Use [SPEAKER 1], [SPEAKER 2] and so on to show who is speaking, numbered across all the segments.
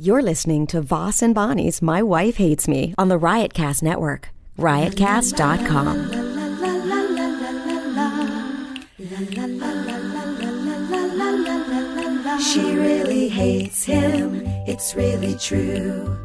[SPEAKER 1] You're listening to Voss and Bonnie's My Wife Hates Me on the Riotcast Network. Riotcast.com.
[SPEAKER 2] She really hates him, it's really true.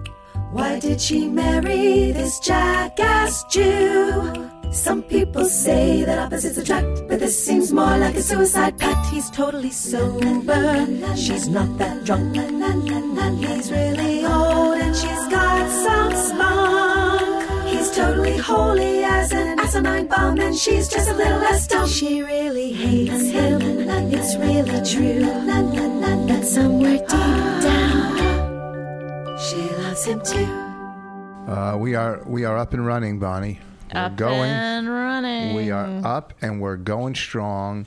[SPEAKER 2] Why did she marry this jackass Jew? Some people say that opposites attract, but this seems more like a suicide pact. He's totally sober, she's not that drunk. He's really old and she's got some spunk. He's totally holy as an asinine bomb, and she's just a little less dumb. She really hates him, it's really true. But somewhere deep down, she loves him too.
[SPEAKER 3] Uh, we are we are up and running, Bonnie. We're
[SPEAKER 4] up
[SPEAKER 3] going.
[SPEAKER 4] and running.
[SPEAKER 3] We are up and we're going strong.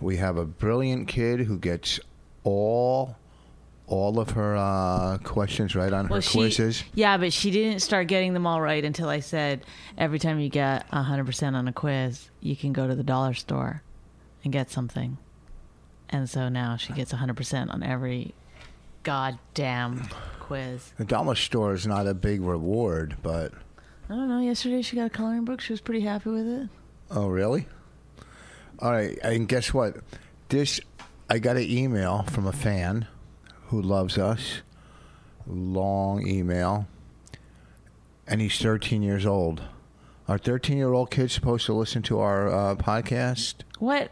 [SPEAKER 3] We have a brilliant kid who gets all all of her uh, questions right on her
[SPEAKER 4] Well, she-
[SPEAKER 3] quizzes.
[SPEAKER 4] yeah, but she didn't start getting them all right until I said, every time you get 100% on a quiz, you can go to the dollar store and get something. And so now she gets 100% on every goddamn quiz.
[SPEAKER 3] The dollar store is not a big reward, but
[SPEAKER 4] I don't know. Yesterday she got a coloring book. She was pretty happy with it.
[SPEAKER 3] oh really? All right, and guess what? This I got an email from a fan who loves us. Long email, and he's 13 years old. Are 13 year old kids supposed to listen to our uh, podcast?
[SPEAKER 4] What?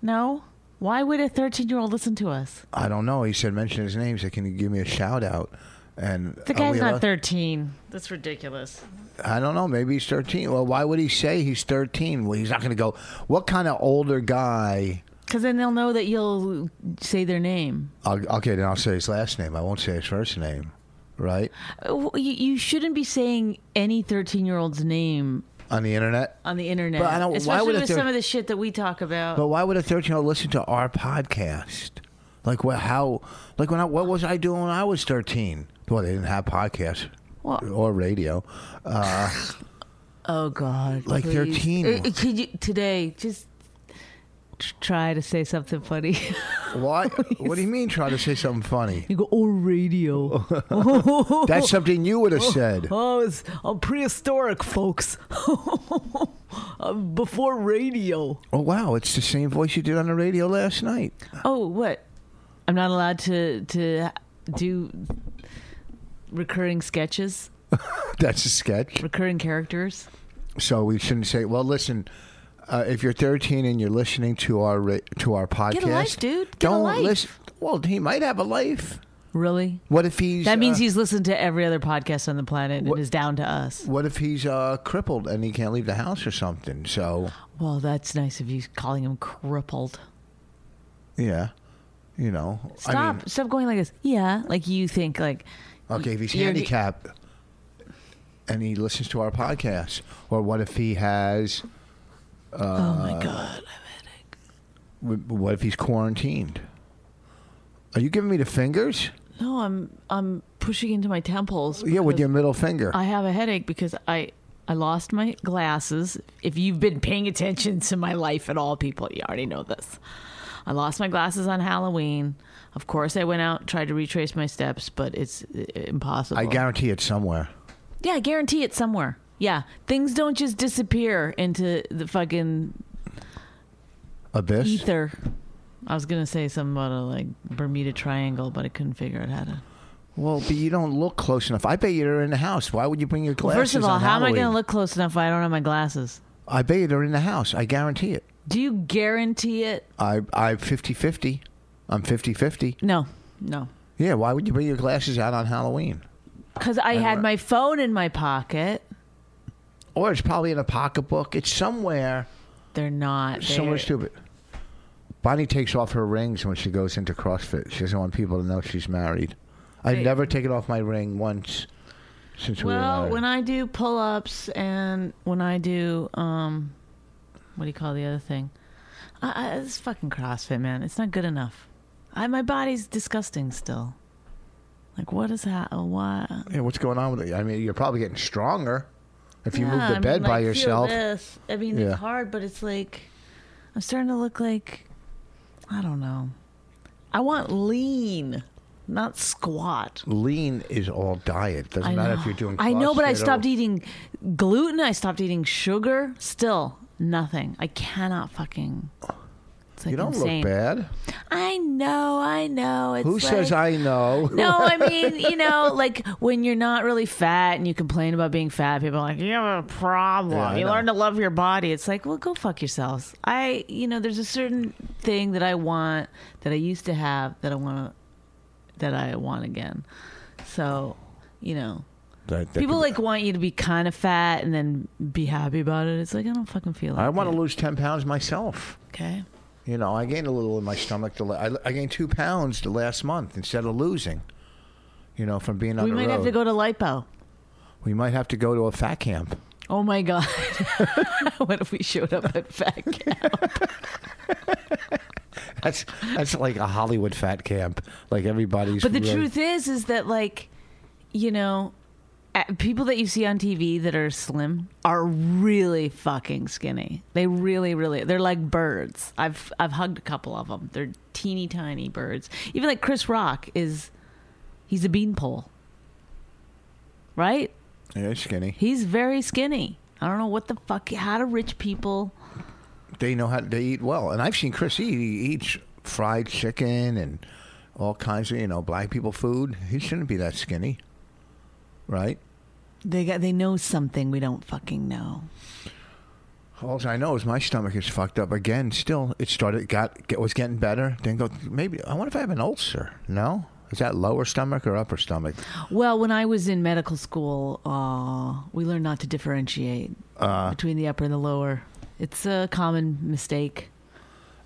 [SPEAKER 4] No? Why would a 13 year old listen to us?
[SPEAKER 3] I don't know. He said mention his name. He said, "Can you give me a shout out?" And
[SPEAKER 4] The
[SPEAKER 3] are
[SPEAKER 4] guy's
[SPEAKER 3] Oh, we
[SPEAKER 4] not
[SPEAKER 3] allowed-
[SPEAKER 4] 13. That's ridiculous.
[SPEAKER 3] I don't know. Maybe he's 13. Well, why would he say he's 13? Well, he's not going to go. What kind of older guy?
[SPEAKER 4] Because then they'll know that you'll say their name.
[SPEAKER 3] I'll, okay, then I'll say his last name. I won't say his first name, right?
[SPEAKER 4] Oh, You, you shouldn't be saying any 13 year old's name
[SPEAKER 3] On the internet.
[SPEAKER 4] on the internet.
[SPEAKER 3] But I don't- why
[SPEAKER 4] especially
[SPEAKER 3] would a
[SPEAKER 4] with
[SPEAKER 3] thir-
[SPEAKER 4] some of the shit that we talk about.
[SPEAKER 3] But why would a 13 year old listen to our podcast? Like what? How? Like when I what was I doing when I was 13? Well, they didn't have podcasts
[SPEAKER 4] Well-
[SPEAKER 3] or radio.
[SPEAKER 4] oh, God.
[SPEAKER 3] Like
[SPEAKER 4] please.
[SPEAKER 3] 13.
[SPEAKER 4] Uh, uh, could you, today, just t- try to say something funny.
[SPEAKER 3] Why? what do you mean? Try to say something funny?
[SPEAKER 4] you go, oh, radio.
[SPEAKER 3] That's something you would have said.
[SPEAKER 4] Oh, it's I'm prehistoric, folks. Before radio.
[SPEAKER 3] Oh wow, it's the same voice you did on the radio last night.
[SPEAKER 4] Oh, what? I'm not allowed to to do recurring sketches,
[SPEAKER 3] That's a sketch.
[SPEAKER 4] recurring characters.
[SPEAKER 3] So we shouldn't say. Well, listen, uh, if you're 13 and you're listening to our ra- to our podcast,
[SPEAKER 4] a life, dude. Get a
[SPEAKER 3] don't
[SPEAKER 4] life.
[SPEAKER 3] listen. Well, he might have a life.
[SPEAKER 4] Really?
[SPEAKER 3] What if he's
[SPEAKER 4] That means
[SPEAKER 3] uh,
[SPEAKER 4] he's listened to every other podcast on the planet
[SPEAKER 3] What-
[SPEAKER 4] and is down to us.
[SPEAKER 3] What if he's uh, crippled and he can't leave the house or something? So
[SPEAKER 4] Well, that's nice of you calling him crippled.
[SPEAKER 3] yeah, you know.
[SPEAKER 4] Stop.
[SPEAKER 3] I mean,
[SPEAKER 4] Stop going like this. Yeah. Like you think like
[SPEAKER 3] okay, if he's
[SPEAKER 4] You're-
[SPEAKER 3] handicapped and he listens to our podcast, or what if he has? uh,
[SPEAKER 4] oh my god.
[SPEAKER 3] wh- What if he's quarantined? Are you giving me the fingers?
[SPEAKER 4] No, I'm I'm pushing into my temples.
[SPEAKER 3] Yeah, with
[SPEAKER 4] because
[SPEAKER 3] your middle finger.
[SPEAKER 4] I have a headache because I I lost my glasses. If you've been paying attention to my life at all, people, you already know this. I lost my glasses on Halloween. Of course, I went out tried to retrace my steps, but it's uh, impossible.
[SPEAKER 3] I guarantee it's somewhere.
[SPEAKER 4] yeah, I guarantee it's somewhere. Yeah, things don't just disappear into the fucking
[SPEAKER 3] Abyss.
[SPEAKER 4] ether. I was gonna say something about a like Bermuda Triangle, but I couldn't figure out how to.
[SPEAKER 3] Well, but you don't look close enough. I bet you they're in the house. Why would you bring your
[SPEAKER 4] Well,
[SPEAKER 3] glasses?
[SPEAKER 4] first of all,
[SPEAKER 3] on
[SPEAKER 4] how am I
[SPEAKER 3] Halloween?
[SPEAKER 4] gonna look close enough if I don't have my glasses?
[SPEAKER 3] I bet you they're in the house. I guarantee it.
[SPEAKER 4] Do you guarantee it?
[SPEAKER 3] I I 50-50. I'm 50-50.
[SPEAKER 4] No, no.
[SPEAKER 3] Yeah, why would you bring your glasses out on Halloween?
[SPEAKER 4] Because I had my phone in my pocket.
[SPEAKER 3] Or it's probably in a pocketbook. It's somewhere
[SPEAKER 4] They're not. They're,
[SPEAKER 3] somewhere stupid. Bonnie takes off her rings when she goes into CrossFit. She doesn't want people to know she's married. I've
[SPEAKER 4] Hey.
[SPEAKER 3] never taken off my ring once since we were
[SPEAKER 4] Well,
[SPEAKER 3] married.
[SPEAKER 4] when I do pull ups and when I do, um, what do you call the other thing? I, I, it's fucking CrossFit, man. It's not good enough. I, my body's disgusting still. Like, what is that? Oh, What?
[SPEAKER 3] yeah, what's going on with it? I mean, you're probably getting stronger if you move
[SPEAKER 4] Yeah,
[SPEAKER 3] to
[SPEAKER 4] I mean,
[SPEAKER 3] bed by
[SPEAKER 4] like, feel
[SPEAKER 3] yourself.
[SPEAKER 4] this. I mean,
[SPEAKER 3] Yeah.
[SPEAKER 4] it's hard, but it's like I'm starting to look like I don't know. I want lean, not squat.
[SPEAKER 3] Lean is all diet. Doesn't
[SPEAKER 4] I
[SPEAKER 3] matter
[SPEAKER 4] know.
[SPEAKER 3] if you're doing.
[SPEAKER 4] I know, but I
[SPEAKER 3] CrossFit or-
[SPEAKER 4] stopped eating gluten. I stopped eating sugar. Still nothing. I cannot fucking. It's like
[SPEAKER 3] You don't
[SPEAKER 4] insane.
[SPEAKER 3] look bad.
[SPEAKER 4] I know. I know. It's
[SPEAKER 3] Who
[SPEAKER 4] like,
[SPEAKER 3] says I know?
[SPEAKER 4] No, I mean, you know, like when you're not really fat and you complain about being fat, people are like, you have a problem.
[SPEAKER 3] Yeah, I
[SPEAKER 4] you
[SPEAKER 3] know.
[SPEAKER 4] learn to love your body. It's like, well, go fuck yourselves. I, you know, there's a certain thing that I want that I used to have that I want to, that I want again. So, you know,
[SPEAKER 3] That- that
[SPEAKER 4] people
[SPEAKER 3] could be-
[SPEAKER 4] like want you to be kind of fat and then be happy about it. It's like, I don't fucking feel like
[SPEAKER 3] I want
[SPEAKER 4] it.
[SPEAKER 3] to lose ten pounds myself.
[SPEAKER 4] Okay.
[SPEAKER 3] You know, I gained a little in my stomach. The la- I, I gained two pounds the last month instead of losing. You know, from being on
[SPEAKER 4] We
[SPEAKER 3] the
[SPEAKER 4] might
[SPEAKER 3] road.
[SPEAKER 4] have to go to lipo.
[SPEAKER 3] we might have to go to a fat camp.
[SPEAKER 4] Oh my god! what if we showed up at fat camp?
[SPEAKER 3] That's that's like a Hollywood fat camp. Like everybody's.
[SPEAKER 4] But the
[SPEAKER 3] really-
[SPEAKER 4] truth is, is that like, you know, uh, people that you see on TV that are slim are really fucking skinny. They really, really, they're like birds. I've I've hugged a couple of them. They're teeny tiny birds. Even like Chris Rock is, he's a beanpole. Right?
[SPEAKER 3] Yeah, skinny.
[SPEAKER 4] He's very skinny. I don't know what the fuck. How do rich people?
[SPEAKER 3] They know how they eat well, and I've seen Chris eat. He eats fried chicken and all kinds of you know black people food. He shouldn't be that skinny, right?
[SPEAKER 4] They got. They know something we don't fucking know.
[SPEAKER 3] All I know is my stomach is fucked up again. Still, it started got get, was getting better. Then go maybe I wonder if I have an ulcer. No, is that lower stomach or upper stomach?
[SPEAKER 4] Well, when I was in medical school, uh, we learned not to differentiate
[SPEAKER 3] Uh.
[SPEAKER 4] between the upper and the lower. It's a common mistake.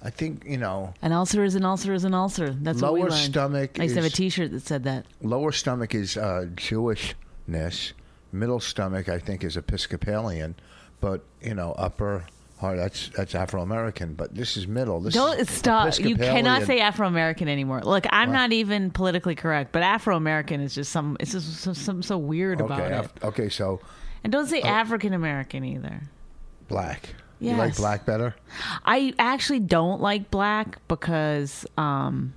[SPEAKER 3] I think you know
[SPEAKER 4] An ulcer is an ulcer is an ulcer. That's what we
[SPEAKER 3] Lower
[SPEAKER 4] learned.
[SPEAKER 3] stomach
[SPEAKER 4] I used to have
[SPEAKER 3] is-
[SPEAKER 4] a T-shirt that said that.
[SPEAKER 3] lower stomach is uh, Jewishness. Middle stomach I think is Episcopalian, but you know upper. Oh, that's that's Afro American, but this is middle. This
[SPEAKER 4] Don't
[SPEAKER 3] is
[SPEAKER 4] stop. You cannot
[SPEAKER 3] Episcopalian.
[SPEAKER 4] say Afro American anymore. Look, I'm not even politically correct, but Afro American is just some. It's just some, some so weird about
[SPEAKER 3] Okay,
[SPEAKER 4] it.
[SPEAKER 3] af- Oh. okay, so
[SPEAKER 4] And don't say African American either.
[SPEAKER 3] black. You like
[SPEAKER 4] Yes.
[SPEAKER 3] black better?
[SPEAKER 4] I actually don't like black because, um,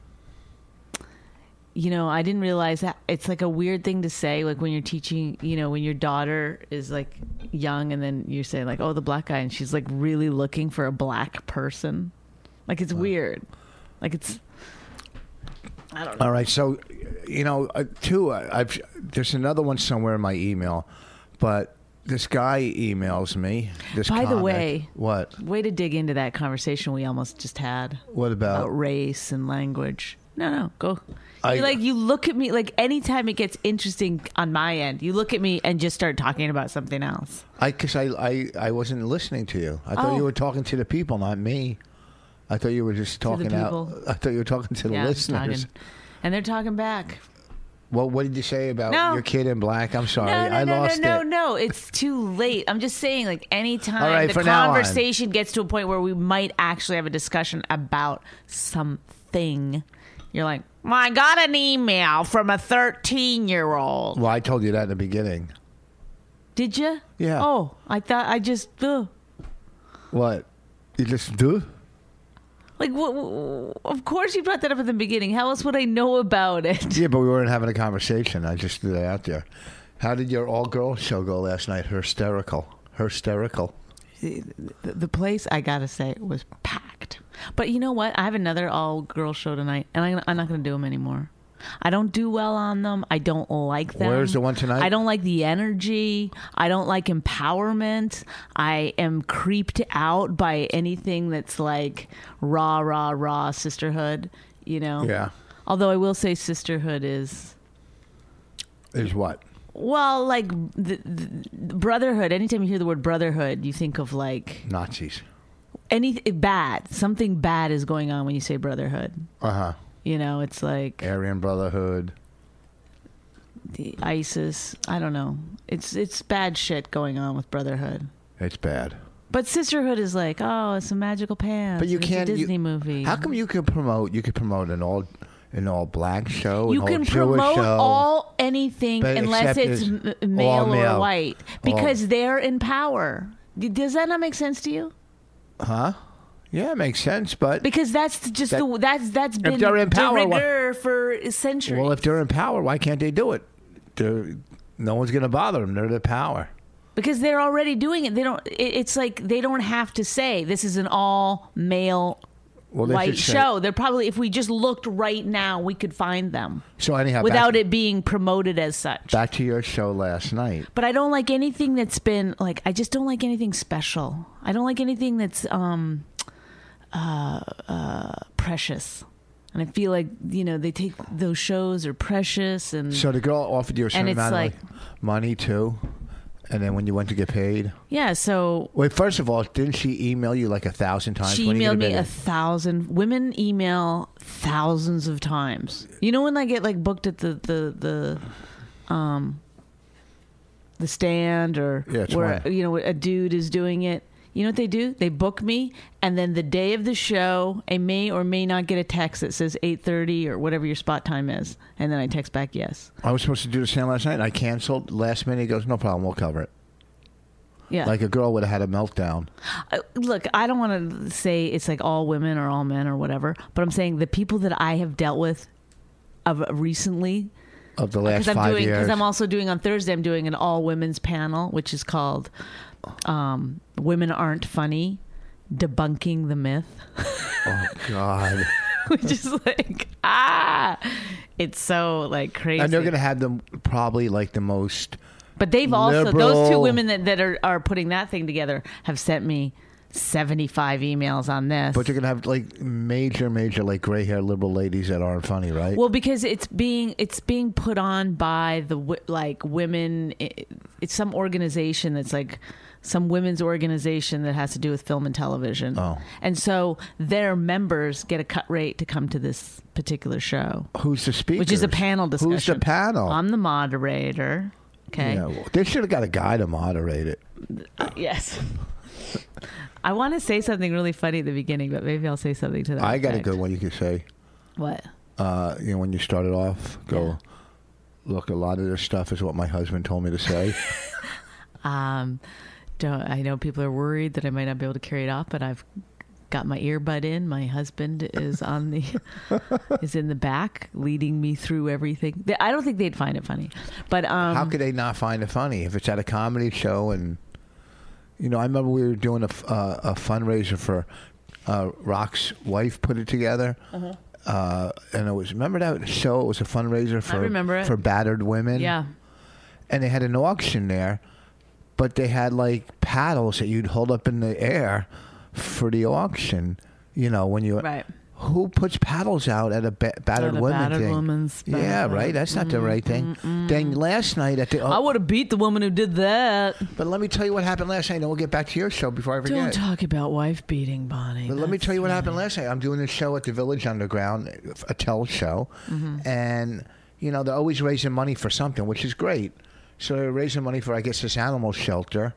[SPEAKER 4] you know, I didn't realize that it's like a weird thing to say. Like when you're teaching, you know, when your daughter is like young and then you say, like, oh, the black guy, and she's like really looking for a black person. Like it's weird. Like it's, I don't know.
[SPEAKER 3] All right, so you know, uh, too. I, I've there's another one somewhere in my email, but this guy emails me. This
[SPEAKER 4] By the
[SPEAKER 3] comic.
[SPEAKER 4] way-
[SPEAKER 3] what?
[SPEAKER 4] Way to dig into that conversation we almost just had.
[SPEAKER 3] What about-
[SPEAKER 4] about race and language? No, no, go.
[SPEAKER 3] I-
[SPEAKER 4] you like you look at me like anytime it gets interesting on my end, you look at me and just start talking about something else.
[SPEAKER 3] I because I, I I wasn't listening to you. I thought
[SPEAKER 4] Oh.
[SPEAKER 3] you were talking to the people, not me. I thought you were just
[SPEAKER 4] the
[SPEAKER 3] talking out.
[SPEAKER 4] people.
[SPEAKER 3] I thought you were talking to the
[SPEAKER 4] Yeah, I'm just
[SPEAKER 3] listeners.
[SPEAKER 4] talking. and they're talking back.
[SPEAKER 3] Well, what did you say about
[SPEAKER 4] No.
[SPEAKER 3] your kid in black? I'm sorry,
[SPEAKER 4] No, no,
[SPEAKER 3] I
[SPEAKER 4] no, no,
[SPEAKER 3] lost
[SPEAKER 4] no,
[SPEAKER 3] it.
[SPEAKER 4] no. It's too late. I'm just saying, like, anytime
[SPEAKER 3] All right,
[SPEAKER 4] the
[SPEAKER 3] from now on.
[SPEAKER 4] conversation gets to a point where we might actually have a discussion about something, You're like, well, I got an email from a 13 year old.
[SPEAKER 3] Well, I told you that in the beginning.
[SPEAKER 4] Did you?
[SPEAKER 3] Yeah.
[SPEAKER 4] Oh, I thought I just ugh.
[SPEAKER 3] What? You just do?
[SPEAKER 4] like wh- wh- Of course you brought that up at the beginning. How else would I know about it?
[SPEAKER 3] Yeah, but we weren't having a conversation. I just threw that out there. How did your all girl show go last night? Hysterical. Hysterical.
[SPEAKER 4] The, the place I gotta say was packed. But you know what? I have another all girl show tonight, and I, I'm not gonna do them anymore. I don't do well on them. I don't like them.
[SPEAKER 3] Where's the one tonight?
[SPEAKER 4] I don't like the energy. I don't like empowerment. I am creeped out by anything that's like rah rah rah sisterhood. You know.
[SPEAKER 3] Yeah.
[SPEAKER 4] Although I will say sisterhood is
[SPEAKER 3] Is what?
[SPEAKER 4] well, like the, the brotherhood. Anytime you hear the word brotherhood, you think of like
[SPEAKER 3] Nazis.
[SPEAKER 4] any bad. Something bad is going on when you say brotherhood.
[SPEAKER 3] Uh huh.
[SPEAKER 4] You know, it's like
[SPEAKER 3] Aryan Brotherhood.
[SPEAKER 4] the ISIS. I don't know. It's it's bad shit going on with brotherhood.
[SPEAKER 3] It's bad.
[SPEAKER 4] But sisterhood is like, oh, it's a magical pants.
[SPEAKER 3] But you
[SPEAKER 4] and it's
[SPEAKER 3] can't
[SPEAKER 4] a
[SPEAKER 3] you-
[SPEAKER 4] Disney movie.
[SPEAKER 3] How come you can promote? You could promote an all an all black show.
[SPEAKER 4] you
[SPEAKER 3] an
[SPEAKER 4] can
[SPEAKER 3] all Jewish
[SPEAKER 4] promote
[SPEAKER 3] show.
[SPEAKER 4] all anything
[SPEAKER 3] but
[SPEAKER 4] unless
[SPEAKER 3] except
[SPEAKER 4] it's m-
[SPEAKER 3] it's all
[SPEAKER 4] male or
[SPEAKER 3] male.
[SPEAKER 4] white because they're in power. D- Does that not make sense to you?
[SPEAKER 3] Yeah, it makes sense. But
[SPEAKER 4] Because that's just
[SPEAKER 3] That-
[SPEAKER 4] the that's that's been
[SPEAKER 3] they're in power,
[SPEAKER 4] de
[SPEAKER 3] why-
[SPEAKER 4] rigueur for centuries.
[SPEAKER 3] well, if they're in power, why can't they do it? They're, no one's going to bother them. They're the power.
[SPEAKER 4] because they're already doing it. They don't. it- It's like they don't have to say this is an all male
[SPEAKER 3] Well, they
[SPEAKER 4] white
[SPEAKER 3] should say-
[SPEAKER 4] show. They're probably if we just looked right now, we could find them
[SPEAKER 3] So anyhow,
[SPEAKER 4] without
[SPEAKER 3] back,
[SPEAKER 4] it being promoted as such.
[SPEAKER 3] back to your show last night.
[SPEAKER 4] but I don't like anything that's been like I just don't like anything special. I don't like anything that's um uh, uh precious. And I feel like, you know, they take those shows are precious and
[SPEAKER 3] So the girl offered you a certain
[SPEAKER 4] it's
[SPEAKER 3] amount
[SPEAKER 4] like-
[SPEAKER 3] of like, money too, and then when you went to get paid,
[SPEAKER 4] yeah, so
[SPEAKER 3] wait. First of all, didn't she email you like a thousand times?
[SPEAKER 4] she
[SPEAKER 3] When are you
[SPEAKER 4] emailed
[SPEAKER 3] gonna
[SPEAKER 4] me
[SPEAKER 3] pay
[SPEAKER 4] a
[SPEAKER 3] me?
[SPEAKER 4] thousand women email thousands of times. You know when I get like booked at the the the um the stand or
[SPEAKER 3] Yeah, it's
[SPEAKER 4] where
[SPEAKER 3] one.
[SPEAKER 4] you know a dude is doing it. You know what they do? They book me, and then the day of the show, I may or may not get a text that says eight thirty or whatever your spot time is, and then I text back yes.
[SPEAKER 3] I was supposed to do the same last night. and I canceled last minute. He goes, no problem, we'll cover it.
[SPEAKER 4] Yeah,
[SPEAKER 3] Like a girl would have had a meltdown.
[SPEAKER 4] I- Uh, look, I don't want to say it's like all women or all men or whatever, but I'm saying the people that I have dealt with of uh, recently
[SPEAKER 3] of the last
[SPEAKER 4] because Uh, I'm
[SPEAKER 3] five
[SPEAKER 4] doing
[SPEAKER 3] years.
[SPEAKER 4] because I'm also doing on Thursday. I'm doing an all women's panel, which is called um, "Women Aren't Funny: Debunking the Myth,"
[SPEAKER 3] oh God!
[SPEAKER 4] which is like ah, it's so like crazy.
[SPEAKER 3] and they're going to have them probably like the most.
[SPEAKER 4] But they've also those two
[SPEAKER 3] Liberal.
[SPEAKER 4] women that, that are are putting that thing together have sent me seventy five emails on this.
[SPEAKER 3] But they're going to have like major, major like gray hair liberal ladies that aren't funny, right?
[SPEAKER 4] Well, because it's being it's being put on by the wo- like women. It, it's some organization that's like some women's organization that has to do with film and television.
[SPEAKER 3] Oh.
[SPEAKER 4] and so their members get a cut rate to come to this particular show,
[SPEAKER 3] Who's the speaker?
[SPEAKER 4] which is a panel discussion.
[SPEAKER 3] Who's the panel?
[SPEAKER 4] I'm the moderator. Okay. Uh,
[SPEAKER 3] Yeah, well, they should have got a guy to moderate it.
[SPEAKER 4] Yes. I want to say something really funny at the beginning, but maybe I'll say something to that.
[SPEAKER 3] I got a
[SPEAKER 4] effect.
[SPEAKER 3] good one you could say.
[SPEAKER 4] What?
[SPEAKER 3] Uh, you know, when you started off, go.
[SPEAKER 4] Yeah.
[SPEAKER 3] Look, a lot of this stuff is what my husband told me to say.
[SPEAKER 4] Um, don't I know people are worried that I might not be able to carry it off, but I've got my earbud in. My husband is on the is in the back, leading me through everything. They- I don't think they'd find it funny, but um,
[SPEAKER 3] How could they not find it funny if it's at a comedy show? And you know, I remember we were doing a, f- uh, a fundraiser for uh, Rock's wife put it together,
[SPEAKER 4] Uh-huh.
[SPEAKER 3] uh and it was remember that show? It was a fundraiser for
[SPEAKER 4] remember it.
[SPEAKER 3] for battered women.
[SPEAKER 4] yeah,
[SPEAKER 3] and they had an auction there, but they had like paddles that you'd hold up in the air for the auction. You know, when you
[SPEAKER 4] Right.
[SPEAKER 3] Who puts paddles out at a ba- battered
[SPEAKER 4] At a
[SPEAKER 3] woman
[SPEAKER 4] battered
[SPEAKER 3] thing?
[SPEAKER 4] woman's
[SPEAKER 3] yeah,
[SPEAKER 4] back.
[SPEAKER 3] right. That's not the right thing. Then last night at the
[SPEAKER 4] I would have beat the woman who did that.
[SPEAKER 3] but let me tell you what happened last night, and we'll get back to your show before I forget.
[SPEAKER 4] Don't talk about wife beating, Bonnie.
[SPEAKER 3] But let me tell you what happened last night. I'm doing this show at the Village Underground, a tell show, and you know they're always raising money for something, which is great. So they're raising money for, I guess, this animal shelter.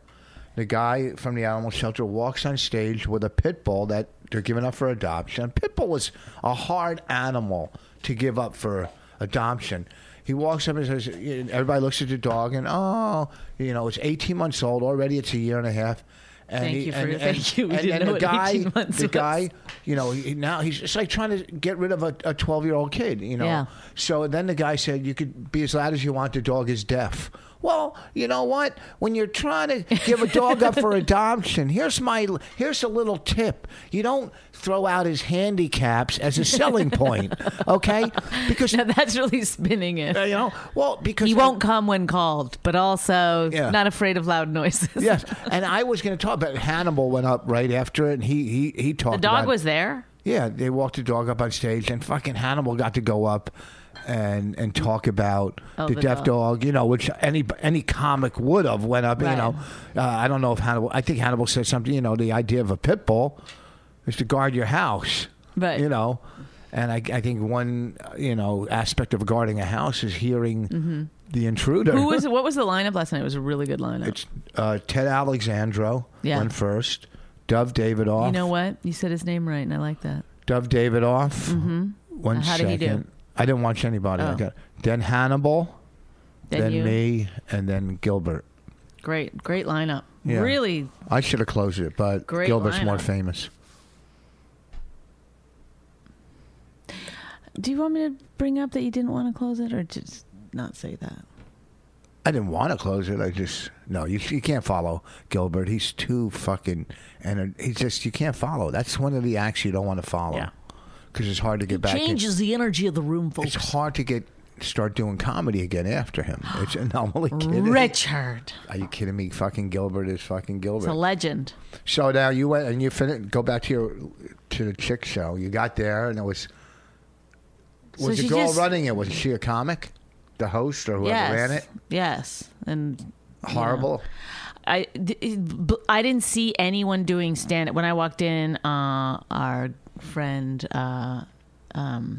[SPEAKER 3] The guy from the animal shelter walks on stage with a pit bull that They're given up for adoption. Pitbull was a hard animal to give up for adoption. He walks up and says, everybody looks at the dog and, oh, you know, it's 18 months old. Already it's a year and a half. And
[SPEAKER 4] Thank
[SPEAKER 3] he-
[SPEAKER 4] you for-
[SPEAKER 3] and,
[SPEAKER 4] thank you. We
[SPEAKER 3] and,
[SPEAKER 4] didn't
[SPEAKER 3] and
[SPEAKER 4] know
[SPEAKER 3] the
[SPEAKER 4] what
[SPEAKER 3] guy,
[SPEAKER 4] 18 months
[SPEAKER 3] the
[SPEAKER 4] was.
[SPEAKER 3] guy, you know, he, now he's it's like trying to get rid of a a 12 year old kid, you know.
[SPEAKER 4] Yeah.
[SPEAKER 3] So then the guy said, You could be as loud as you want, the dog is deaf. Well, you know what? When you're trying to give a dog up for adoption, here's my here's a little tip. You don't throw out his handicaps as a selling point, okay? Because
[SPEAKER 4] Now that's really spinning it.
[SPEAKER 3] uh, you know, well, because
[SPEAKER 4] He won't come when called, but also
[SPEAKER 3] Yeah.
[SPEAKER 4] not afraid of loud noises.
[SPEAKER 3] Yes, and I was going to talk about Hannibal went up right after it, and he he he talked.
[SPEAKER 4] The dog
[SPEAKER 3] about-
[SPEAKER 4] was there.
[SPEAKER 3] Yeah, they walked the dog up on stage, and fucking Hannibal got to go up and and talk about
[SPEAKER 4] Oh,
[SPEAKER 3] the,
[SPEAKER 4] the
[SPEAKER 3] deaf
[SPEAKER 4] dog.
[SPEAKER 3] dog. you know, which any any comic would have went up. You
[SPEAKER 4] Right.
[SPEAKER 3] know, uh, I don't know if Hannibal. I think Hannibal said something. You know, the idea of a pit bull is to guard your house.
[SPEAKER 4] Right.
[SPEAKER 3] You know, and I, I think one uh, you know aspect of guarding a house is hearing the intruder.
[SPEAKER 4] Mm-hmm. Who was? What was the lineup last night? It was a really good lineup.
[SPEAKER 3] It's uh, Ted Alexandro
[SPEAKER 4] Yeah.
[SPEAKER 3] went first. Dove Davidoff.
[SPEAKER 4] you know what? You said his name right, and I like that.
[SPEAKER 3] Dove Davidoff. Mm-hmm. One
[SPEAKER 4] Uh, how did he do?
[SPEAKER 3] second. I didn't watch anybody. I
[SPEAKER 4] Oh.
[SPEAKER 3] got- then Hannibal,
[SPEAKER 4] Then
[SPEAKER 3] then,
[SPEAKER 4] you.
[SPEAKER 3] me, and then Gilbert.
[SPEAKER 4] Great, great lineup.
[SPEAKER 3] Yeah.
[SPEAKER 4] Really,
[SPEAKER 3] I should have closed it, but
[SPEAKER 4] Great
[SPEAKER 3] Gilbert's more
[SPEAKER 4] lineup.
[SPEAKER 3] famous.
[SPEAKER 4] Do you want me to bring up that you didn't want to close it or just not say that?
[SPEAKER 3] I didn't want to close it. I just no. You, you can't follow Gilbert. He's too fucking and he's just you can't follow. That's one of the acts you don't want to follow.
[SPEAKER 4] Yeah.
[SPEAKER 3] Because it's hard to get back. in-
[SPEAKER 4] the energy of the room,
[SPEAKER 3] It's hard to get start doing comedy again after him. It's no, I'm only kidding.
[SPEAKER 4] Richard.
[SPEAKER 3] Are you kidding me? Fucking Gilbert is fucking
[SPEAKER 4] It's a
[SPEAKER 3] Gilbert.
[SPEAKER 4] legend.
[SPEAKER 3] so now you went and you finished. Go back to your to the chick show. You got there and it was
[SPEAKER 4] So
[SPEAKER 3] was
[SPEAKER 4] she
[SPEAKER 3] the girl
[SPEAKER 4] just-
[SPEAKER 3] running it? Was she a comic? The host or whoever
[SPEAKER 4] yes.
[SPEAKER 3] ran it?
[SPEAKER 4] Yes. And
[SPEAKER 3] Horrible.
[SPEAKER 4] I, d- it- b- I didn't see anyone doing stand up. When I walked in, uh, our friend, uh, um,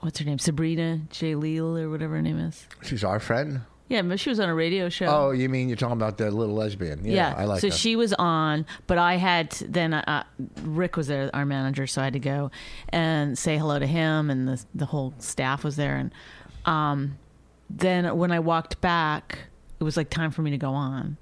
[SPEAKER 4] what's her name? Sabrina Jaleel or whatever her name is.
[SPEAKER 3] She's our friend.
[SPEAKER 4] Yeah, but she was on a radio show.
[SPEAKER 3] Oh, you mean you're talking about the little lesbian? Yeah, I like
[SPEAKER 4] so
[SPEAKER 3] her.
[SPEAKER 4] she was on, but I had to- then uh, Rick was there, our manager, so I had to go and say hello to him, and the the whole staff was there, and um, then when I walked back, it was like time for me to go on.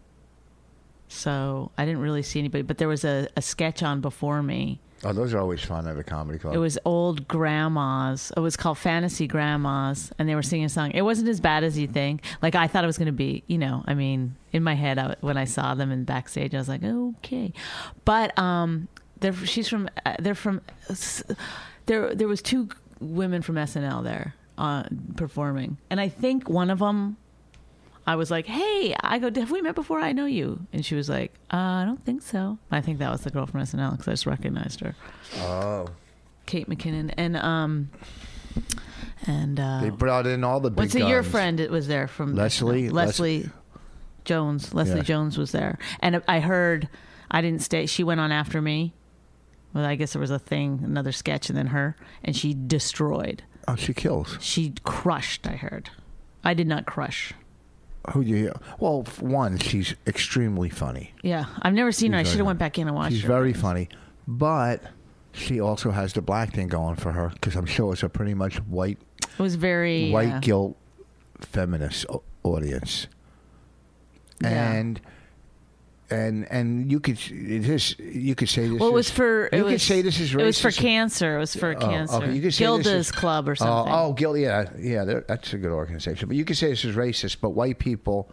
[SPEAKER 4] So I didn't really see anybody, but there was a, a sketch on before me.
[SPEAKER 3] oh, those are always fun at a comedy club.
[SPEAKER 4] It was old grandmas. It was called Fantasy Grandmas, and they were singing a song. It wasn't as bad as you think. Like I thought it was going to be. You know, I mean, in my head I, when I saw them in backstage, I was like, okay, but um, they're she's from uh, they're from s- there. There was two women from SNL there uh, performing, and I think one of them. I was like, "Hey, I go. Have we met before? I know you." And she was like, uh, "I don't think so." I think that was the girl from SNL because I just recognized her.
[SPEAKER 3] oh,
[SPEAKER 4] Kate McKinnon and um and uh
[SPEAKER 3] they brought in all the big.
[SPEAKER 4] what's it, your
[SPEAKER 3] guns.
[SPEAKER 4] friend it was there from
[SPEAKER 3] Leslie?
[SPEAKER 4] Leslie Jones Leslie
[SPEAKER 3] Yeah.
[SPEAKER 4] Jones was there and I heard I didn't stay she went on after me well I guess there was a thing another sketch and then her and she destroyed
[SPEAKER 3] Oh, she kills.
[SPEAKER 4] she crushed I heard I did not crush
[SPEAKER 3] Who do you? hear? Well, f- one, she's extremely funny.
[SPEAKER 4] yeah I've never seen her I
[SPEAKER 3] She's
[SPEAKER 4] should
[SPEAKER 3] very
[SPEAKER 4] have went back in and watched
[SPEAKER 3] She's
[SPEAKER 4] her
[SPEAKER 3] very funny, but she also has the black thing going for her because I'm sure it's a pretty much white
[SPEAKER 4] it was very
[SPEAKER 3] white
[SPEAKER 4] uh,
[SPEAKER 3] guilt feminist o- audience,
[SPEAKER 4] Yeah.
[SPEAKER 3] and and and you could s- it is you could say this.
[SPEAKER 4] well, it
[SPEAKER 3] is-
[SPEAKER 4] was for it
[SPEAKER 3] you
[SPEAKER 4] was,
[SPEAKER 3] could say this is racist.
[SPEAKER 4] It was for cancer. It was for
[SPEAKER 3] Oh,
[SPEAKER 4] cancer.
[SPEAKER 3] okay, you could say this
[SPEAKER 4] Gilda's
[SPEAKER 3] is-
[SPEAKER 4] Club or
[SPEAKER 3] Oh,
[SPEAKER 4] something.
[SPEAKER 3] oh, Gil, yeah, yeah, they're- that's a good organization. But you could say this is racist, but white people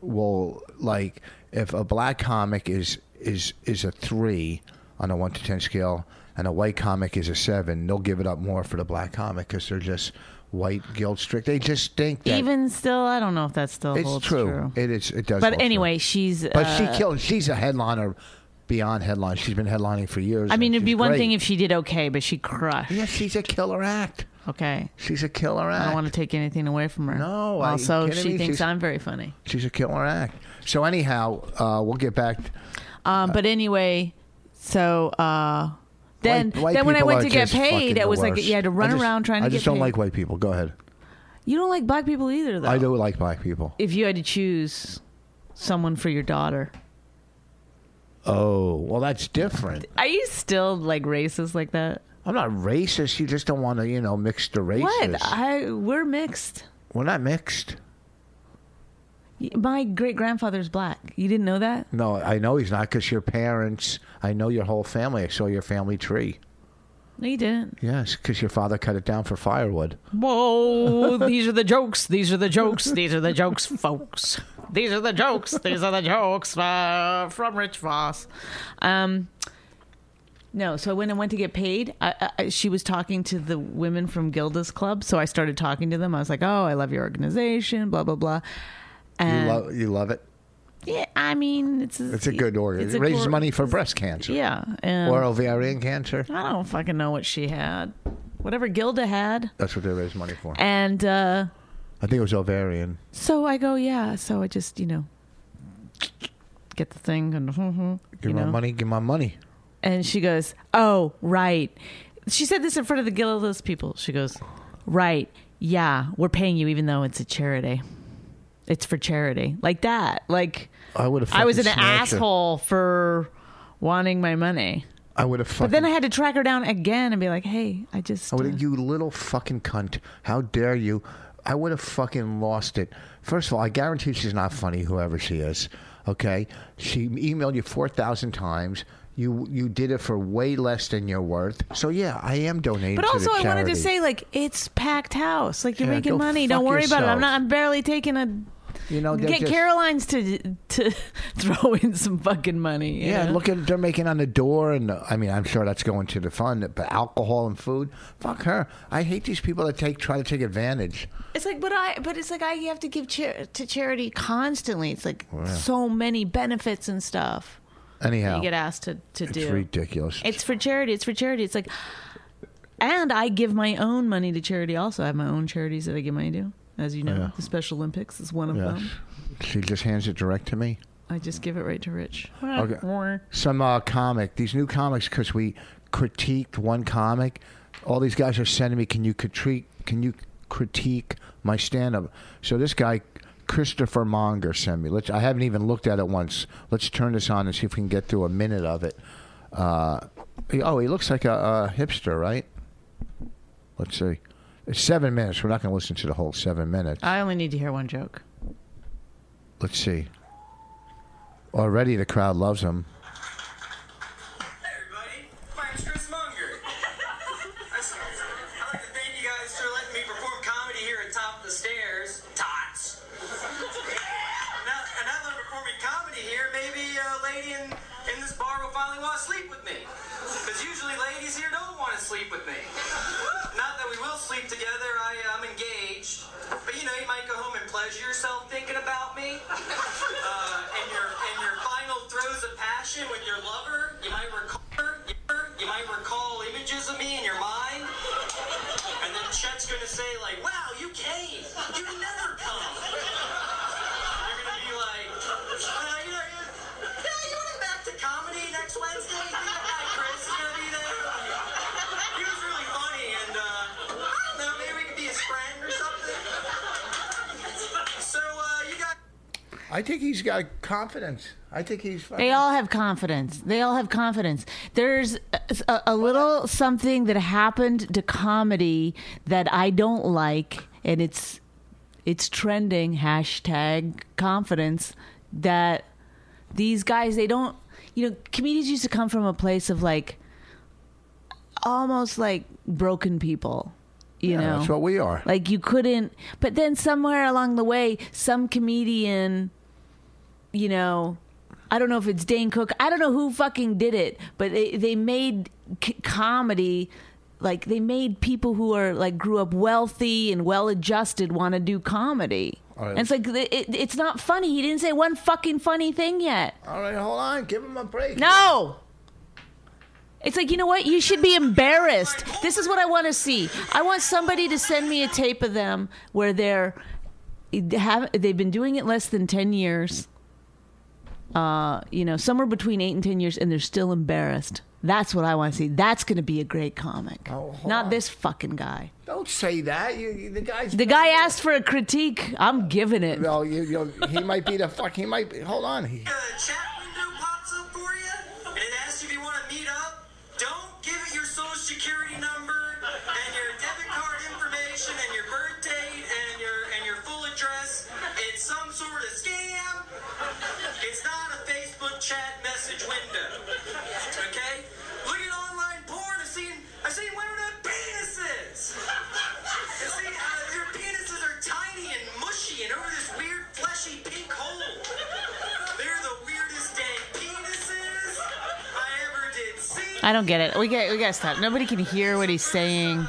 [SPEAKER 3] will like if a black comic is is is a three on a one to ten scale, and a white comic is a seven, they'll give it up more for the black comic because they're just white guilt strict. They just think that
[SPEAKER 4] Even still, I don't know if that still
[SPEAKER 3] it's
[SPEAKER 4] holds
[SPEAKER 3] true.
[SPEAKER 4] true.
[SPEAKER 3] It is. It does.
[SPEAKER 4] But
[SPEAKER 3] hold true.
[SPEAKER 4] anyway, she's.
[SPEAKER 3] but
[SPEAKER 4] uh,
[SPEAKER 3] she killed. She's a headliner beyond headline. She's been headlining for years.
[SPEAKER 4] I mean,
[SPEAKER 3] and
[SPEAKER 4] it'd be
[SPEAKER 3] she's
[SPEAKER 4] one
[SPEAKER 3] great.
[SPEAKER 4] thing if she did okay, but she crushed.
[SPEAKER 3] yeah, she's a killer act.
[SPEAKER 4] Okay.
[SPEAKER 3] She's a killer act.
[SPEAKER 4] I don't want to take anything away from her.
[SPEAKER 3] No, are you
[SPEAKER 4] Also,
[SPEAKER 3] kidding
[SPEAKER 4] she
[SPEAKER 3] me?
[SPEAKER 4] thinks
[SPEAKER 3] She's-
[SPEAKER 4] I'm very funny.
[SPEAKER 3] She's a killer act. So anyhow, uh, we'll get back.
[SPEAKER 4] Um, but anyway, so uh, then
[SPEAKER 3] Uh, white, white
[SPEAKER 4] then when I
[SPEAKER 3] people
[SPEAKER 4] went
[SPEAKER 3] are
[SPEAKER 4] to get
[SPEAKER 3] just fucking
[SPEAKER 4] paid, it
[SPEAKER 3] the
[SPEAKER 4] was like
[SPEAKER 3] worst.
[SPEAKER 4] you had to run
[SPEAKER 3] I just-
[SPEAKER 4] around trying to
[SPEAKER 3] I just
[SPEAKER 4] get
[SPEAKER 3] don't
[SPEAKER 4] paid.
[SPEAKER 3] like white people. Go ahead.
[SPEAKER 4] you don't like black people either, though.
[SPEAKER 3] I don't like black people.
[SPEAKER 4] If you had to choose someone for your daughter,
[SPEAKER 3] Oh, well, that's different.
[SPEAKER 4] Are you still like racist like that?
[SPEAKER 3] I'm not racist. You just don't want to, you know, mix the races.
[SPEAKER 4] What? I we're mixed.
[SPEAKER 3] We're not mixed.
[SPEAKER 4] My great grandfather's black. You didn't know that?
[SPEAKER 3] No, I know he's not because your parents, I know your whole family. I saw your family tree.
[SPEAKER 4] No, you didn't.
[SPEAKER 3] Yes, because your father cut it down for firewood.
[SPEAKER 4] Whoa! these are the jokes. These are the jokes. These are the jokes, folks. These are the jokes. These are the jokes uh, from Rich Voss. Um, no, so when I went to get paid, I, I, she was talking to the women from Gilda's Club. So I started talking to them. I was like, "Oh, I love your organization." Blah blah blah.
[SPEAKER 3] you,
[SPEAKER 4] And
[SPEAKER 3] lo- you love it.
[SPEAKER 4] yeah, I mean, it's a,
[SPEAKER 3] It's a good order.
[SPEAKER 4] it's
[SPEAKER 3] It
[SPEAKER 4] a
[SPEAKER 3] raises
[SPEAKER 4] cor-
[SPEAKER 3] money for breast cancer
[SPEAKER 4] Yeah, and
[SPEAKER 3] or ovarian cancer.
[SPEAKER 4] I don't fucking know what she had. Whatever Gilda had.
[SPEAKER 3] That's what they raise money for.
[SPEAKER 4] And uh,
[SPEAKER 3] I think it was ovarian.
[SPEAKER 4] so I go, yeah. So I just, you know, get the thing and,
[SPEAKER 3] Give
[SPEAKER 4] you
[SPEAKER 3] my
[SPEAKER 4] know.
[SPEAKER 3] money. Give my money.
[SPEAKER 4] And she goes, oh, right. She said this in front of the Gilda's people. She goes, right. Yeah, we're paying you even though it's a charity. It's for charity. Like that. Like
[SPEAKER 3] I would have.
[SPEAKER 4] I was an
[SPEAKER 3] fucking smacked her.
[SPEAKER 4] asshole for wanting my money.
[SPEAKER 3] I would have. Fucking,
[SPEAKER 4] But then I had to track her down again and be like, hey, I just.
[SPEAKER 3] I would
[SPEAKER 4] uh,
[SPEAKER 3] have. You little fucking cunt! How dare you? I would have fucking lost it. First of all, I guarantee she's not funny, whoever she is. Okay, she emailed you four thousand times. You you did it for way less than you're worth. So yeah, I am donating.
[SPEAKER 4] But
[SPEAKER 3] to
[SPEAKER 4] also,
[SPEAKER 3] the
[SPEAKER 4] I wanted to
[SPEAKER 3] charity.
[SPEAKER 4] say, like, it's packed house. Like, you're
[SPEAKER 3] Yeah, go
[SPEAKER 4] making money.
[SPEAKER 3] fuck
[SPEAKER 4] Don't worry about it.
[SPEAKER 3] yourself.
[SPEAKER 4] I'm not. I'm barely taking a.
[SPEAKER 3] you know, they're
[SPEAKER 4] Get
[SPEAKER 3] just-
[SPEAKER 4] Caroline's to to throw in some fucking money. you
[SPEAKER 3] Yeah,
[SPEAKER 4] know?
[SPEAKER 3] look at they're making on the door, and uh, I mean, I'm sure that's going to the fund, but alcohol and food, fuck her. I hate these people that take try to take advantage.
[SPEAKER 4] It's like, but I. But it's like I have to give char- to charity constantly. It's like so many benefits and stuff
[SPEAKER 3] Anyhow,
[SPEAKER 4] you get asked to to
[SPEAKER 3] it's
[SPEAKER 4] do.
[SPEAKER 3] ridiculous.
[SPEAKER 4] It's for charity. It's for charity. It's like, and I give my own money to charity. Also, I have my own charities that I give money to. As you know, the Special Olympics is one of
[SPEAKER 3] Yes.
[SPEAKER 4] them.
[SPEAKER 3] She just hands it direct to me.
[SPEAKER 4] I just give it right to Rich.
[SPEAKER 3] Okay. Some uh, comic, these new comics, because we critiqued one comic. All these guys are sending me, can you critique? Can you critique my stand-up? So this guy, Christopher Monger, sent me. Let's. I haven't even looked at it once. Let's turn this on and see if we can get through a minute of it. Uh, he- oh, he looks like a, a hipster, right? Let's see. It's seven minutes. We're not going to listen to the whole seven minutes.
[SPEAKER 4] I only need to hear one joke.
[SPEAKER 3] Let's see. Already the crowd loves him.
[SPEAKER 5] Hey everybody, my name's Chris Munger. Listen, I'd like to thank you guys for letting me perform comedy here at Top of the Stairs. Tots. now, another performing comedy here, maybe a lady in, in this bar will finally want to sleep with me. Because usually ladies here don't want to sleep with me. Not that we will sleep together, I, uh, I'm engaged. But you know, you might go home and pleasure yourself thinking about me. Uh, in, your, in your final throes of passion with your lover, you might recall. You might recall images of me in your mind, and then Chet's gonna say like, "Wow, you came. You never come." You're gonna be like, uh, you know, you- yeah, you want to back to comedy next Wednesday? That guy Chris is gonna be there. He was really funny, and uh, I don't know, maybe we could be his friend or something. So uh, you got.
[SPEAKER 3] I think he's got confidence. I think he's. Fucking,
[SPEAKER 4] They all have confidence. They all have confidence. There's a, a little something that happened to comedy that I don't like, and it's it's trending hashtag confidence that these guys they don't you know comedians used to come from a place of like almost like broken people you
[SPEAKER 3] Yeah,
[SPEAKER 4] know
[SPEAKER 3] that's what we are.
[SPEAKER 4] like you couldn't but then somewhere along the way some comedian you know i don't know if it's dane cook i don't know who fucking did it but they, they made c- comedy like they made people who are like grew up wealthy and well adjusted want to do comedy
[SPEAKER 3] right.
[SPEAKER 4] And it's like the- it, it's not funny he didn't say one fucking funny thing yet
[SPEAKER 3] all right, hold on. Give him a break.
[SPEAKER 4] no. It's like, you know what? You should be embarrassed. This is what I want to see. I want somebody to send me a tape of them where they're have they've been doing it less than 10 years. Uh, you know, somewhere between 8 and 10 years and they're still embarrassed. That's what I want to see. That's going to be a great comic.
[SPEAKER 3] Oh, hold
[SPEAKER 4] Not
[SPEAKER 3] on.
[SPEAKER 4] this fucking guy.
[SPEAKER 3] Don't say that. You, you- the guy's.
[SPEAKER 4] The guy asked for a critique. I'm giving it.
[SPEAKER 3] Well, you, you know, he might be the fuck. He might. Be, hold on. He,
[SPEAKER 5] uh, chat window pops up for you? chat message window. Okay? Look at online porn. I've seen, I've seen women have penises. And see, uh, their penises are tiny and mushy and over this weird fleshy pink hole. They're the weirdest dang penises I ever did see.
[SPEAKER 4] I don't get it. We got we gotta stop. Nobody can hear what he's saying.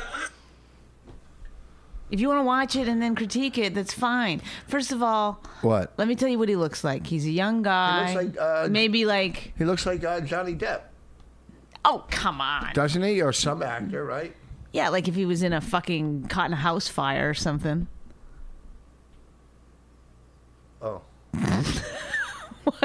[SPEAKER 4] If you want to watch it and then critique it, that's fine. First of all,
[SPEAKER 3] What?
[SPEAKER 4] Let me tell you what he looks like. He's a young guy.
[SPEAKER 3] He looks like, uh,
[SPEAKER 4] maybe like
[SPEAKER 3] He looks like uh, Johnny Depp,
[SPEAKER 4] oh come on,
[SPEAKER 3] doesn't he? Or some actor, right?
[SPEAKER 4] yeah, like if he was in a fucking caught in a house fire or something.
[SPEAKER 3] Oh.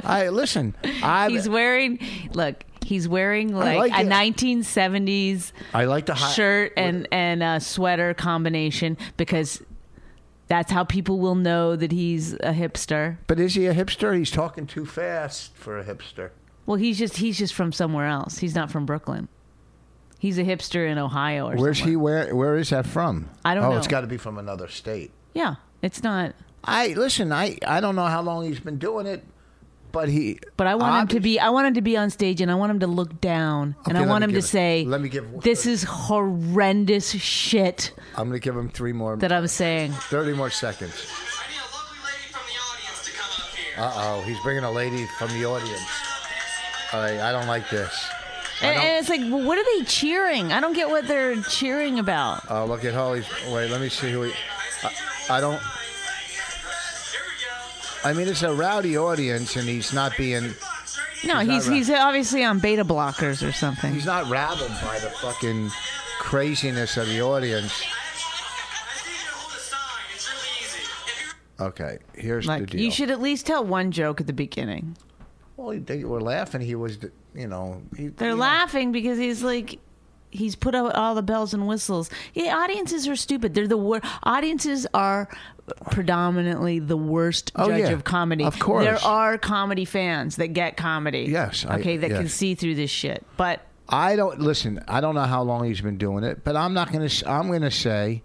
[SPEAKER 3] I listen. I
[SPEAKER 4] He's wearing look. He's wearing like,
[SPEAKER 3] like
[SPEAKER 4] a
[SPEAKER 3] it.
[SPEAKER 4] 1970s
[SPEAKER 3] I like the hot
[SPEAKER 4] shirt and and a sweater combination because that's how people will know that he's a hipster.
[SPEAKER 3] But is he a hipster? He's talking too fast for a hipster.
[SPEAKER 4] Well, he's just he's just from somewhere else. He's not from Brooklyn. He's a hipster in Ohio or
[SPEAKER 3] Where's
[SPEAKER 4] somewhere.
[SPEAKER 3] he? Where Where is that from?
[SPEAKER 4] I don't
[SPEAKER 3] oh,
[SPEAKER 4] know.
[SPEAKER 3] it's got to be from another state.
[SPEAKER 4] Yeah, it's not.
[SPEAKER 3] I listen. I I don't know how long he's been doing it, but he.
[SPEAKER 4] But I want him to be. I want him to be on stage, and I want him to look down,
[SPEAKER 3] Okay,
[SPEAKER 4] and I
[SPEAKER 3] let
[SPEAKER 4] want
[SPEAKER 3] me
[SPEAKER 4] him to
[SPEAKER 3] give it-
[SPEAKER 4] say,
[SPEAKER 3] let me give-
[SPEAKER 4] this is horrendous shit
[SPEAKER 3] I'm going to give him three more.
[SPEAKER 4] that I'm saying."
[SPEAKER 3] Thirty more seconds.
[SPEAKER 5] I need a lovely lady from the audience to come up here.
[SPEAKER 3] Uh oh, he's bringing a lady from the audience. All right, I don't like this. I
[SPEAKER 4] And,
[SPEAKER 3] don't-
[SPEAKER 4] and it's like, well, what are they cheering? I don't get what they're cheering about.
[SPEAKER 3] Oh, look at Holly's. Wait, let me see who he. I, I don't.
[SPEAKER 5] Here we go.
[SPEAKER 3] I mean, it's a rowdy audience, and he's not being.
[SPEAKER 5] Box right here.
[SPEAKER 4] No, he's
[SPEAKER 3] not
[SPEAKER 4] he's obviously on beta blockers or something.
[SPEAKER 3] He's not rattled by the fucking craziness of the audience.
[SPEAKER 5] I just need you to hold a sign. It's really easy. If you're
[SPEAKER 3] Okay, here's the
[SPEAKER 4] Like
[SPEAKER 3] deal.
[SPEAKER 4] you should at least tell one joke at the beginning.
[SPEAKER 3] Well, they were laughing. He was, you know. He,
[SPEAKER 4] They're
[SPEAKER 3] you know,
[SPEAKER 4] laughing because he's like he's put out all the bells and whistles. Yeah, audiences are stupid. They're the worst. Audiences are predominantly the worst
[SPEAKER 3] Oh,
[SPEAKER 4] judge
[SPEAKER 3] yeah.
[SPEAKER 4] of comedy.
[SPEAKER 3] Of course.
[SPEAKER 4] there are comedy fans that get comedy.
[SPEAKER 3] Yes, I-
[SPEAKER 4] okay, that can
[SPEAKER 3] yes.
[SPEAKER 4] see through this shit. But
[SPEAKER 3] I don't listen. I don't know how long he's been doing it, but I'm not gonna. s- I'm gonna say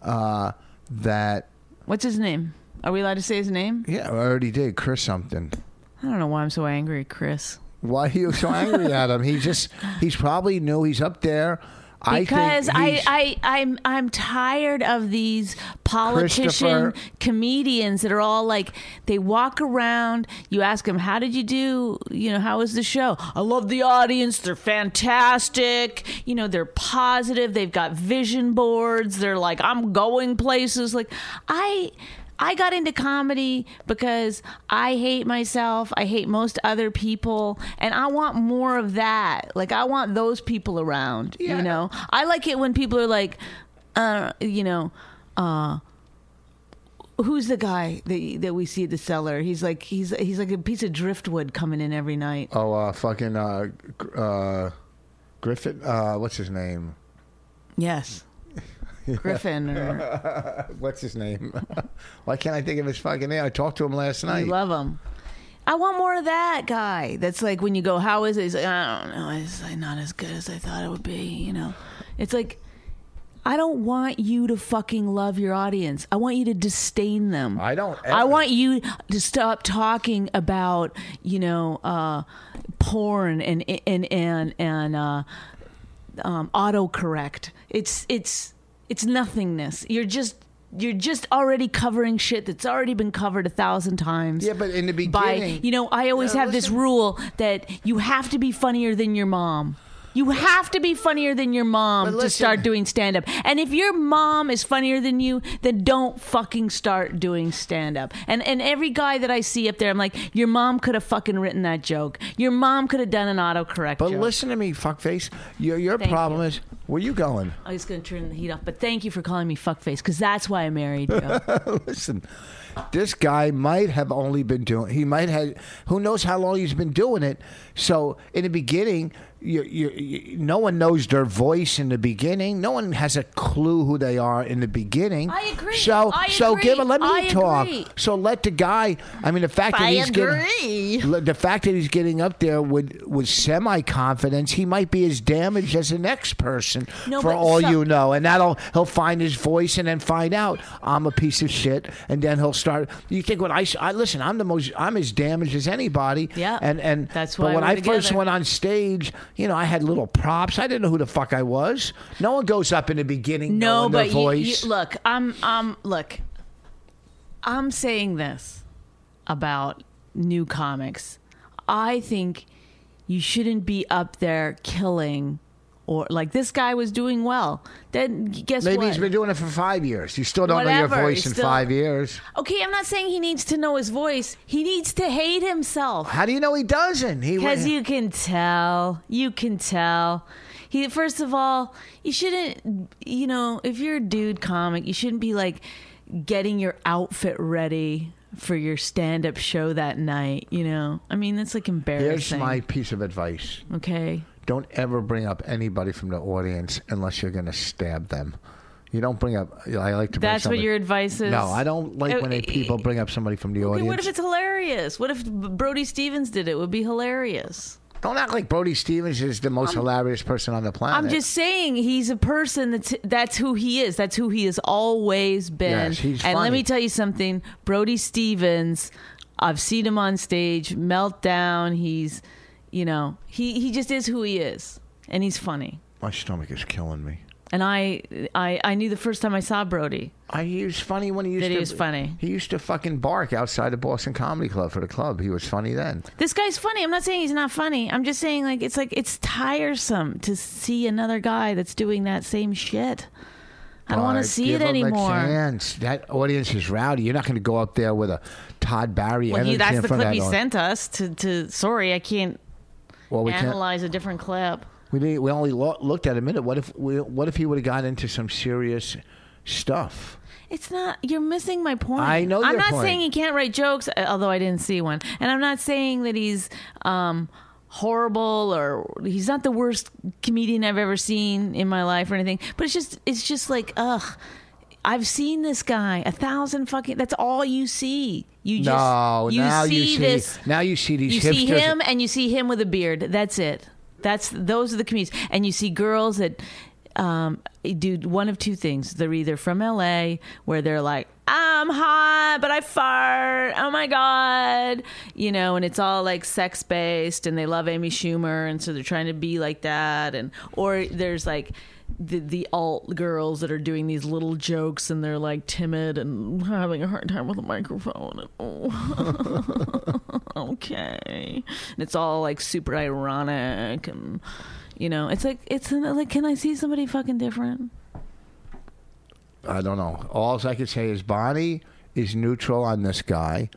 [SPEAKER 3] uh, that.
[SPEAKER 4] what's his name? Are we allowed to say his name?
[SPEAKER 3] Yeah, I already did. Chris something.
[SPEAKER 4] I don't know why I'm so angry, Chris.
[SPEAKER 3] Why are you so angry at him? He just. He's probably new. He's up there.
[SPEAKER 4] because
[SPEAKER 3] I,
[SPEAKER 4] I,
[SPEAKER 3] think he's-
[SPEAKER 4] I, I'm I'm tired of these politician
[SPEAKER 3] Christopher-
[SPEAKER 4] comedians that are all like they walk around. You ask them, "How did you do? You know, how was the show? I love the audience. They're fantastic. You know, they're positive. They've got vision boards. They're like, I'm going places. Like, I." I got into comedy because I hate myself. I hate most other people. And I want more of that. Like, I want those people around, you know? I like it when people are like, uh, you know, uh, who's the guy that, that we see at the cellar? He's like, he's, he's like a piece of driftwood coming in every night.
[SPEAKER 3] Oh, uh, fucking uh, gr- uh, Griffin. Uh, what's his name?
[SPEAKER 4] Yes. Griffin or
[SPEAKER 3] What's his name? Why can't I think of his fucking name? I talked to him last
[SPEAKER 4] you
[SPEAKER 3] night.
[SPEAKER 4] love him. I want more of that guy. That's like when you go, how is it? He's like, I don't know. It's like not as good as I thought it would be. You know, it's like I don't want you to fucking love your audience. I want you to disdain them.
[SPEAKER 3] I don't
[SPEAKER 4] I
[SPEAKER 3] ever-
[SPEAKER 4] want you to stop talking about you know uh, porn and and and and uh, um, autocorrect. It's it's it's nothingness. You're just. You're just already covering shit that's already been covered a thousand times
[SPEAKER 3] Yeah, but in the
[SPEAKER 4] by
[SPEAKER 3] beginning-
[SPEAKER 4] you know i always
[SPEAKER 3] Yeah,
[SPEAKER 4] have this
[SPEAKER 3] listen.
[SPEAKER 4] rule that you have to be funnier than your mom you have to be funnier than your mom
[SPEAKER 3] But
[SPEAKER 4] to
[SPEAKER 3] listen-
[SPEAKER 4] start doing stand up. And if your mom is funnier than you, then don't fucking start doing stand up. And and every guy that I see up there, I'm like, your mom could have fucking written that joke. Your mom could have done an autocorrect
[SPEAKER 3] But
[SPEAKER 4] joke.
[SPEAKER 3] listen to me, fuckface. Your your
[SPEAKER 4] Thank
[SPEAKER 3] problem is where you going?
[SPEAKER 4] I'm just going to turn the heat off. But thank you for calling me fuckface because that's why I married you.
[SPEAKER 3] Listen, this guy might have only been doing. He might have. Who knows how long he's been doing it? So in the beginning, you, you, you, no one knows their voice in the beginning. No one has a clue who they are in the beginning.
[SPEAKER 4] I agree.
[SPEAKER 3] So,
[SPEAKER 4] I
[SPEAKER 3] so
[SPEAKER 4] agree.
[SPEAKER 3] give it. Let me
[SPEAKER 4] I
[SPEAKER 3] talk.
[SPEAKER 4] agree.
[SPEAKER 3] So let the guy. I mean, the fact that
[SPEAKER 4] I
[SPEAKER 3] he's
[SPEAKER 4] agree.
[SPEAKER 3] getting the fact that he's getting up there with with semi confidence, he might be as damaged as the next person
[SPEAKER 4] No,
[SPEAKER 3] for
[SPEAKER 4] but
[SPEAKER 3] all
[SPEAKER 4] so-
[SPEAKER 3] you know. And that'll he'll find his voice and then find out I'm a piece of shit. And then he'll start. You think when I, s- I- listen, I'm the most. I'm as damaged as anybody.
[SPEAKER 4] Yeah.
[SPEAKER 3] And and
[SPEAKER 4] That's
[SPEAKER 3] but
[SPEAKER 4] why
[SPEAKER 3] when
[SPEAKER 4] we're
[SPEAKER 3] I first
[SPEAKER 4] together.
[SPEAKER 3] went on stage, you know, I had little props. I didn't know who the fuck I was. No one goes up in the beginning
[SPEAKER 4] No,
[SPEAKER 3] knowing their
[SPEAKER 4] but you, you,
[SPEAKER 3] voice.
[SPEAKER 4] look, I'm um look. I'm saying this about new comics. I think you shouldn't be up there killing or like this guy was doing well. Then guess
[SPEAKER 3] Maybe
[SPEAKER 4] what?
[SPEAKER 3] he's been doing it for five years. You still don't know
[SPEAKER 4] Whatever,
[SPEAKER 3] your voice
[SPEAKER 4] he's
[SPEAKER 3] in
[SPEAKER 4] still-
[SPEAKER 3] five years.
[SPEAKER 4] okay, I'm not saying he needs to know his voice. He needs to hate himself.
[SPEAKER 3] How do you know he doesn't? He
[SPEAKER 4] Because you can tell. You can tell. He first of all, you shouldn't you know, if you're a dude comic, you shouldn't be like getting your outfit ready for your stand up show that night, you know? I mean that's like
[SPEAKER 3] Here's
[SPEAKER 4] embarrassing.
[SPEAKER 3] my piece of advice.
[SPEAKER 4] okay.
[SPEAKER 3] Don't ever bring up anybody from the audience unless you're going to stab them. You don't bring up. I like to. Bring
[SPEAKER 4] That's what
[SPEAKER 3] somebody-
[SPEAKER 4] your advice is.
[SPEAKER 3] No, I don't like
[SPEAKER 4] Oh,
[SPEAKER 3] when they,
[SPEAKER 4] eh,
[SPEAKER 3] people bring up somebody from the
[SPEAKER 4] Okay,
[SPEAKER 3] audience.
[SPEAKER 4] what if it's hilarious? What if Brody Stevens did it? It would be hilarious.
[SPEAKER 3] don't act like Brody Stevens is the most hilarious person on the planet.
[SPEAKER 4] I'm just saying he's a person that's that's who he is. That's who he has always been.
[SPEAKER 3] Yes, he's
[SPEAKER 4] and
[SPEAKER 3] funny.
[SPEAKER 4] let me tell you something, Brody Stevens, I've seen him on stage, meltdown, he's you know, he, he just is who he is. And he's funny.
[SPEAKER 3] My stomach is killing me.
[SPEAKER 4] And I I, I knew the first time I saw Brody.
[SPEAKER 3] I, he was funny when he used
[SPEAKER 4] That
[SPEAKER 3] to.
[SPEAKER 4] he was funny.
[SPEAKER 3] He used to fucking bark outside the Boston Comedy Club for the club. He was funny then.
[SPEAKER 4] This guy's funny. I'm not saying he's not funny. I'm just saying like it's like it's tiresome to see another guy that's doing that same shit. I don't want
[SPEAKER 3] But
[SPEAKER 4] to see
[SPEAKER 3] give
[SPEAKER 4] it
[SPEAKER 3] him a
[SPEAKER 4] anymore.
[SPEAKER 3] chance. That audience is rowdy. You're not going to go up there with a Todd Barry.
[SPEAKER 4] Well,
[SPEAKER 3] energy
[SPEAKER 4] he, that's
[SPEAKER 3] in
[SPEAKER 4] the
[SPEAKER 3] front of
[SPEAKER 4] clip
[SPEAKER 3] that
[SPEAKER 4] he
[SPEAKER 3] audience.
[SPEAKER 4] sent us to, to sorry, I can't
[SPEAKER 3] Well, we can't.
[SPEAKER 4] analyze a different clip.
[SPEAKER 3] We did we only lo- looked at a minute. What if we, what if he would have got into some serious stuff?
[SPEAKER 4] It's not you're missing my point.
[SPEAKER 3] I know
[SPEAKER 4] I'm
[SPEAKER 3] your
[SPEAKER 4] not
[SPEAKER 3] point.
[SPEAKER 4] saying he can't write jokes, uh, although I didn't see one. And I'm not saying that he's um horrible or he's not the worst comedian I've ever seen in my life or anything. But it's just it's just like ugh I've seen this guy a thousand fucking. That's all you see. You just
[SPEAKER 3] no,
[SPEAKER 4] you
[SPEAKER 3] now
[SPEAKER 4] see
[SPEAKER 3] you see
[SPEAKER 4] this.
[SPEAKER 3] now you see these
[SPEAKER 4] you
[SPEAKER 3] hipsters.
[SPEAKER 4] see him and you see him with a beard that's it that's those are the comedians and you see girls that um, do one of two things they're either from la where they're like i'm hot but i fart oh my god you know and it's all like sex based and they love amy schumer and so they're trying to be like that and or there's like the, the alt girls that are doing these little jokes and they're like timid and having a hard time with a microphone and oh okay and it's all like super ironic and you know it's like it's like can i see somebody fucking different
[SPEAKER 3] I don't know. All I could say is Bonnie is neutral on this guy,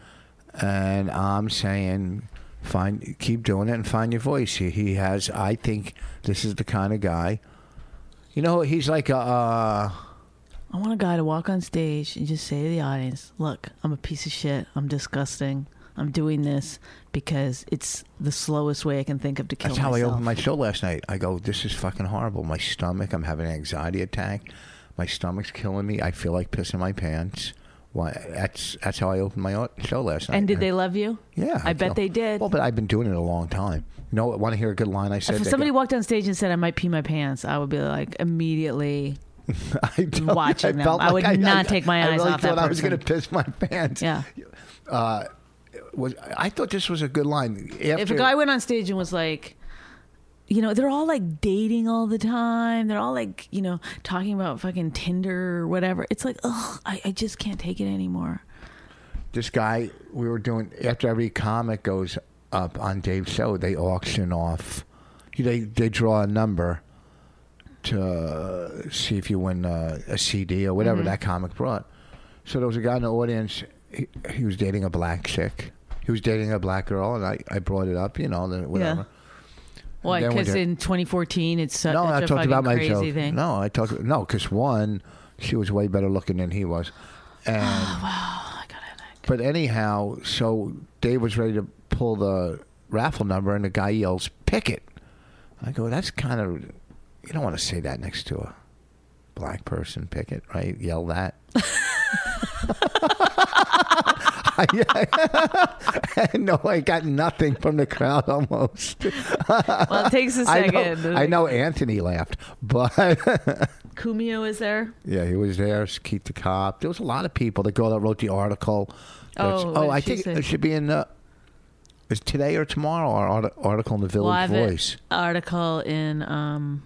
[SPEAKER 3] and I'm saying find keep doing it and find your voice. He, he has. I think this is the kind of guy. You know, he's like a. Uh,
[SPEAKER 4] i want a guy to walk on stage and just say to the audience look i'm a piece of shit i'm disgusting i'm doing this because it's the slowest way i can think of to kill
[SPEAKER 3] That's how I
[SPEAKER 4] myself
[SPEAKER 3] opened my show last night. I go, this is fucking horrible. My stomach, I'm having an anxiety attack. My stomach's killing me. I feel like pissing my pants. Why? That's that's how I opened my o- show last night.
[SPEAKER 4] and did they love you
[SPEAKER 3] Yeah,
[SPEAKER 4] i, bet
[SPEAKER 3] feel-
[SPEAKER 4] they did
[SPEAKER 3] Well, but I've been doing it a long time. You know, want to hear a good line? I said.
[SPEAKER 4] if
[SPEAKER 3] that
[SPEAKER 4] somebody
[SPEAKER 3] go-
[SPEAKER 4] walked on stage and said i might pee my pants i would be like immediately
[SPEAKER 3] I don't-
[SPEAKER 4] watching them. I would not take my eyes
[SPEAKER 3] I really
[SPEAKER 4] off that
[SPEAKER 3] thought I was going to
[SPEAKER 4] person.
[SPEAKER 3] piss my pants.
[SPEAKER 4] yeah
[SPEAKER 3] Uh, was I thought this was a good line? After,
[SPEAKER 4] if a guy went on stage and was like you know they're all like dating all the time they're all like you know talking about fucking tinder or whatever it's like ugh i, I just can't take it anymore
[SPEAKER 3] this guy we were doing after every comic goes up on Dave's show, they auction off. They they draw a number to uh, see if you win uh, a CD or
[SPEAKER 4] Mm-hmm.
[SPEAKER 3] whatever that comic brought. So there was a guy in the audience. He, he was dating a black chick. He was dating a black girl, and I, I brought it up, you know, then whatever.
[SPEAKER 4] why
[SPEAKER 3] Then we
[SPEAKER 4] because
[SPEAKER 3] did-
[SPEAKER 4] in 2014 it's such
[SPEAKER 3] No,
[SPEAKER 4] a
[SPEAKER 3] I talked
[SPEAKER 4] fucking
[SPEAKER 3] about my
[SPEAKER 4] crazy
[SPEAKER 3] joke.
[SPEAKER 4] thing
[SPEAKER 3] No, I talked no because one, she was way better looking than he was,
[SPEAKER 4] Oh,
[SPEAKER 3] and
[SPEAKER 4] I got a headache.
[SPEAKER 3] But anyhow, so Dave was ready to pull the raffle number, and the guy yells, "Pick it!" I go, that's kind of, you don't want to say that next to a black person picket, right? Yell that. no, I got nothing from the crowd almost.
[SPEAKER 4] Well, it takes a
[SPEAKER 3] I
[SPEAKER 4] second.
[SPEAKER 3] know, I know Anthony laughed, but
[SPEAKER 4] Kumio is there.
[SPEAKER 3] yeah, he was there. Keith the cop. There was a lot of people. The girl that wrote the article. That's-
[SPEAKER 4] Oh, what did
[SPEAKER 3] I
[SPEAKER 4] she
[SPEAKER 3] think
[SPEAKER 4] say?
[SPEAKER 3] it should be in the. Is today or tomorrow our art- article in the
[SPEAKER 4] Well, I
[SPEAKER 3] Village
[SPEAKER 4] have an
[SPEAKER 3] Voice?
[SPEAKER 4] article in um,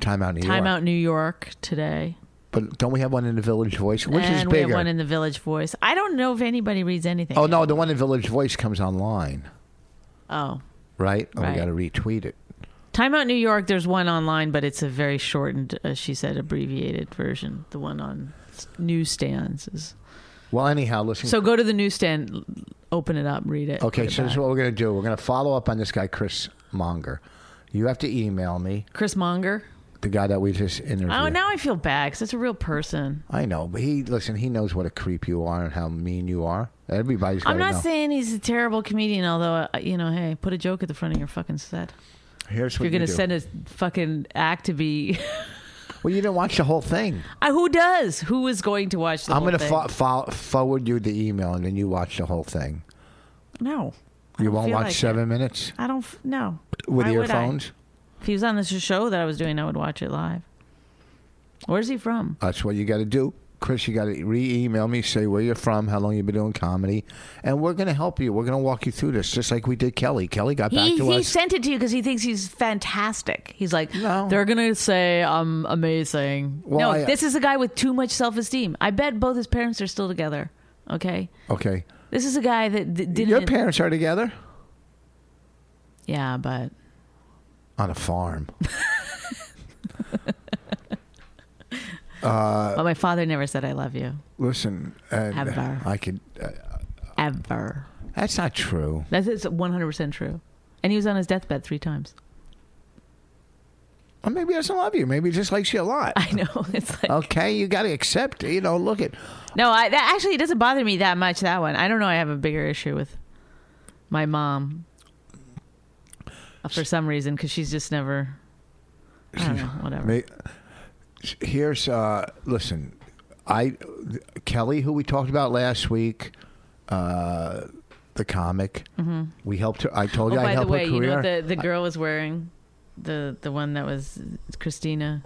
[SPEAKER 3] Time out, New
[SPEAKER 4] Time
[SPEAKER 3] York.
[SPEAKER 4] Out New York today.
[SPEAKER 3] But don't we have one in the Village Voice? Which
[SPEAKER 4] and
[SPEAKER 3] is
[SPEAKER 4] we
[SPEAKER 3] bigger?
[SPEAKER 4] have one in the Village Voice. I don't know if anybody reads anything.
[SPEAKER 3] oh no, the one in Village Voice comes online,
[SPEAKER 4] Oh.
[SPEAKER 3] right? Oh,
[SPEAKER 4] Right.
[SPEAKER 3] We got to retweet it.
[SPEAKER 4] Time Out New York, there's one online, but it's a very shortened, uh, she said, abbreviated version. The one on s- newsstands is.
[SPEAKER 3] Well, anyhow, listen.
[SPEAKER 4] So go to the newsstand, l- open it up, read it.
[SPEAKER 3] Hmm. okay,
[SPEAKER 4] put it
[SPEAKER 3] so this is
[SPEAKER 4] back.
[SPEAKER 3] what we're going to do. We're going to follow up on this guy, Chris Monger. You have to email me
[SPEAKER 4] Chris Monger.
[SPEAKER 3] the guy that we just interviewed.
[SPEAKER 4] Oh, now I feel bad because it's a real person.
[SPEAKER 3] I know, but he listen. He knows what a creep you are and how mean you are. Everybody's.
[SPEAKER 4] I'm
[SPEAKER 3] gotta
[SPEAKER 4] not
[SPEAKER 3] know.
[SPEAKER 4] saying he's a terrible comedian, although, uh, you know, hey, put a joke at the front of your fucking set.
[SPEAKER 3] Here's
[SPEAKER 4] If
[SPEAKER 3] what
[SPEAKER 4] you're going
[SPEAKER 3] you
[SPEAKER 4] to
[SPEAKER 3] do.
[SPEAKER 4] send a fucking act to be.
[SPEAKER 3] Well, you didn't watch the whole thing.
[SPEAKER 4] I, who does? Who is going to watch the
[SPEAKER 3] I'm
[SPEAKER 4] whole
[SPEAKER 3] going to fo-
[SPEAKER 4] thing?
[SPEAKER 3] fo- forward you the email and then you watch the whole thing.
[SPEAKER 4] No. I
[SPEAKER 3] You
[SPEAKER 4] don't
[SPEAKER 3] won't
[SPEAKER 4] feel
[SPEAKER 3] watch
[SPEAKER 4] like it.
[SPEAKER 3] seven minutes
[SPEAKER 4] I don't. f- No.
[SPEAKER 3] with
[SPEAKER 4] Why would I?
[SPEAKER 3] earphones.
[SPEAKER 4] If he was on this show that I was doing, I would watch it live. Where's he from?
[SPEAKER 3] That's what you got to do. Chris, you got to re-email me, say where you're from, how long you've been doing comedy, and we're going to help you. We're going to walk you through this, just like we did Kelly. Kelly got back
[SPEAKER 4] He,
[SPEAKER 3] to
[SPEAKER 4] he
[SPEAKER 3] us.
[SPEAKER 4] sent it to you because he thinks he's fantastic. He's like,
[SPEAKER 3] No.
[SPEAKER 4] they're going to say I'm amazing.
[SPEAKER 3] Well,
[SPEAKER 4] no,
[SPEAKER 3] I-
[SPEAKER 4] this is a guy with too much self esteem. I bet both his parents are still together. Okay.
[SPEAKER 3] okay,
[SPEAKER 4] This is a guy that d- didn't. e-,
[SPEAKER 3] your parents are together
[SPEAKER 4] yeah, but
[SPEAKER 3] on a farm. Uh,
[SPEAKER 4] but my father never said I love you.
[SPEAKER 3] Listen, and
[SPEAKER 4] Ever.
[SPEAKER 3] I could. Uh,
[SPEAKER 4] Ever.
[SPEAKER 3] that's not true.
[SPEAKER 4] That is 100% true. And he was on his deathbed three times.
[SPEAKER 3] Or maybe he doesn't love you. Maybe he just likes you a lot.
[SPEAKER 4] I know. It's like.
[SPEAKER 3] Okay, you got to accept. it. You know, look at.
[SPEAKER 4] No, I, that actually it doesn't bother me that much. That one, I don't know. I have a bigger issue with my mom Uh, for some reason because she's just never. I don't know. Whatever.
[SPEAKER 3] Ma- Here's uh, listen, I Kelly, who we talked about last week, uh, the comic. Mm-hmm. We helped her. I told
[SPEAKER 4] oh,
[SPEAKER 3] you I
[SPEAKER 4] by the
[SPEAKER 3] helped
[SPEAKER 4] way,
[SPEAKER 3] her
[SPEAKER 4] you know
[SPEAKER 3] career.
[SPEAKER 4] what the the girl was wearing the the one that was Christina,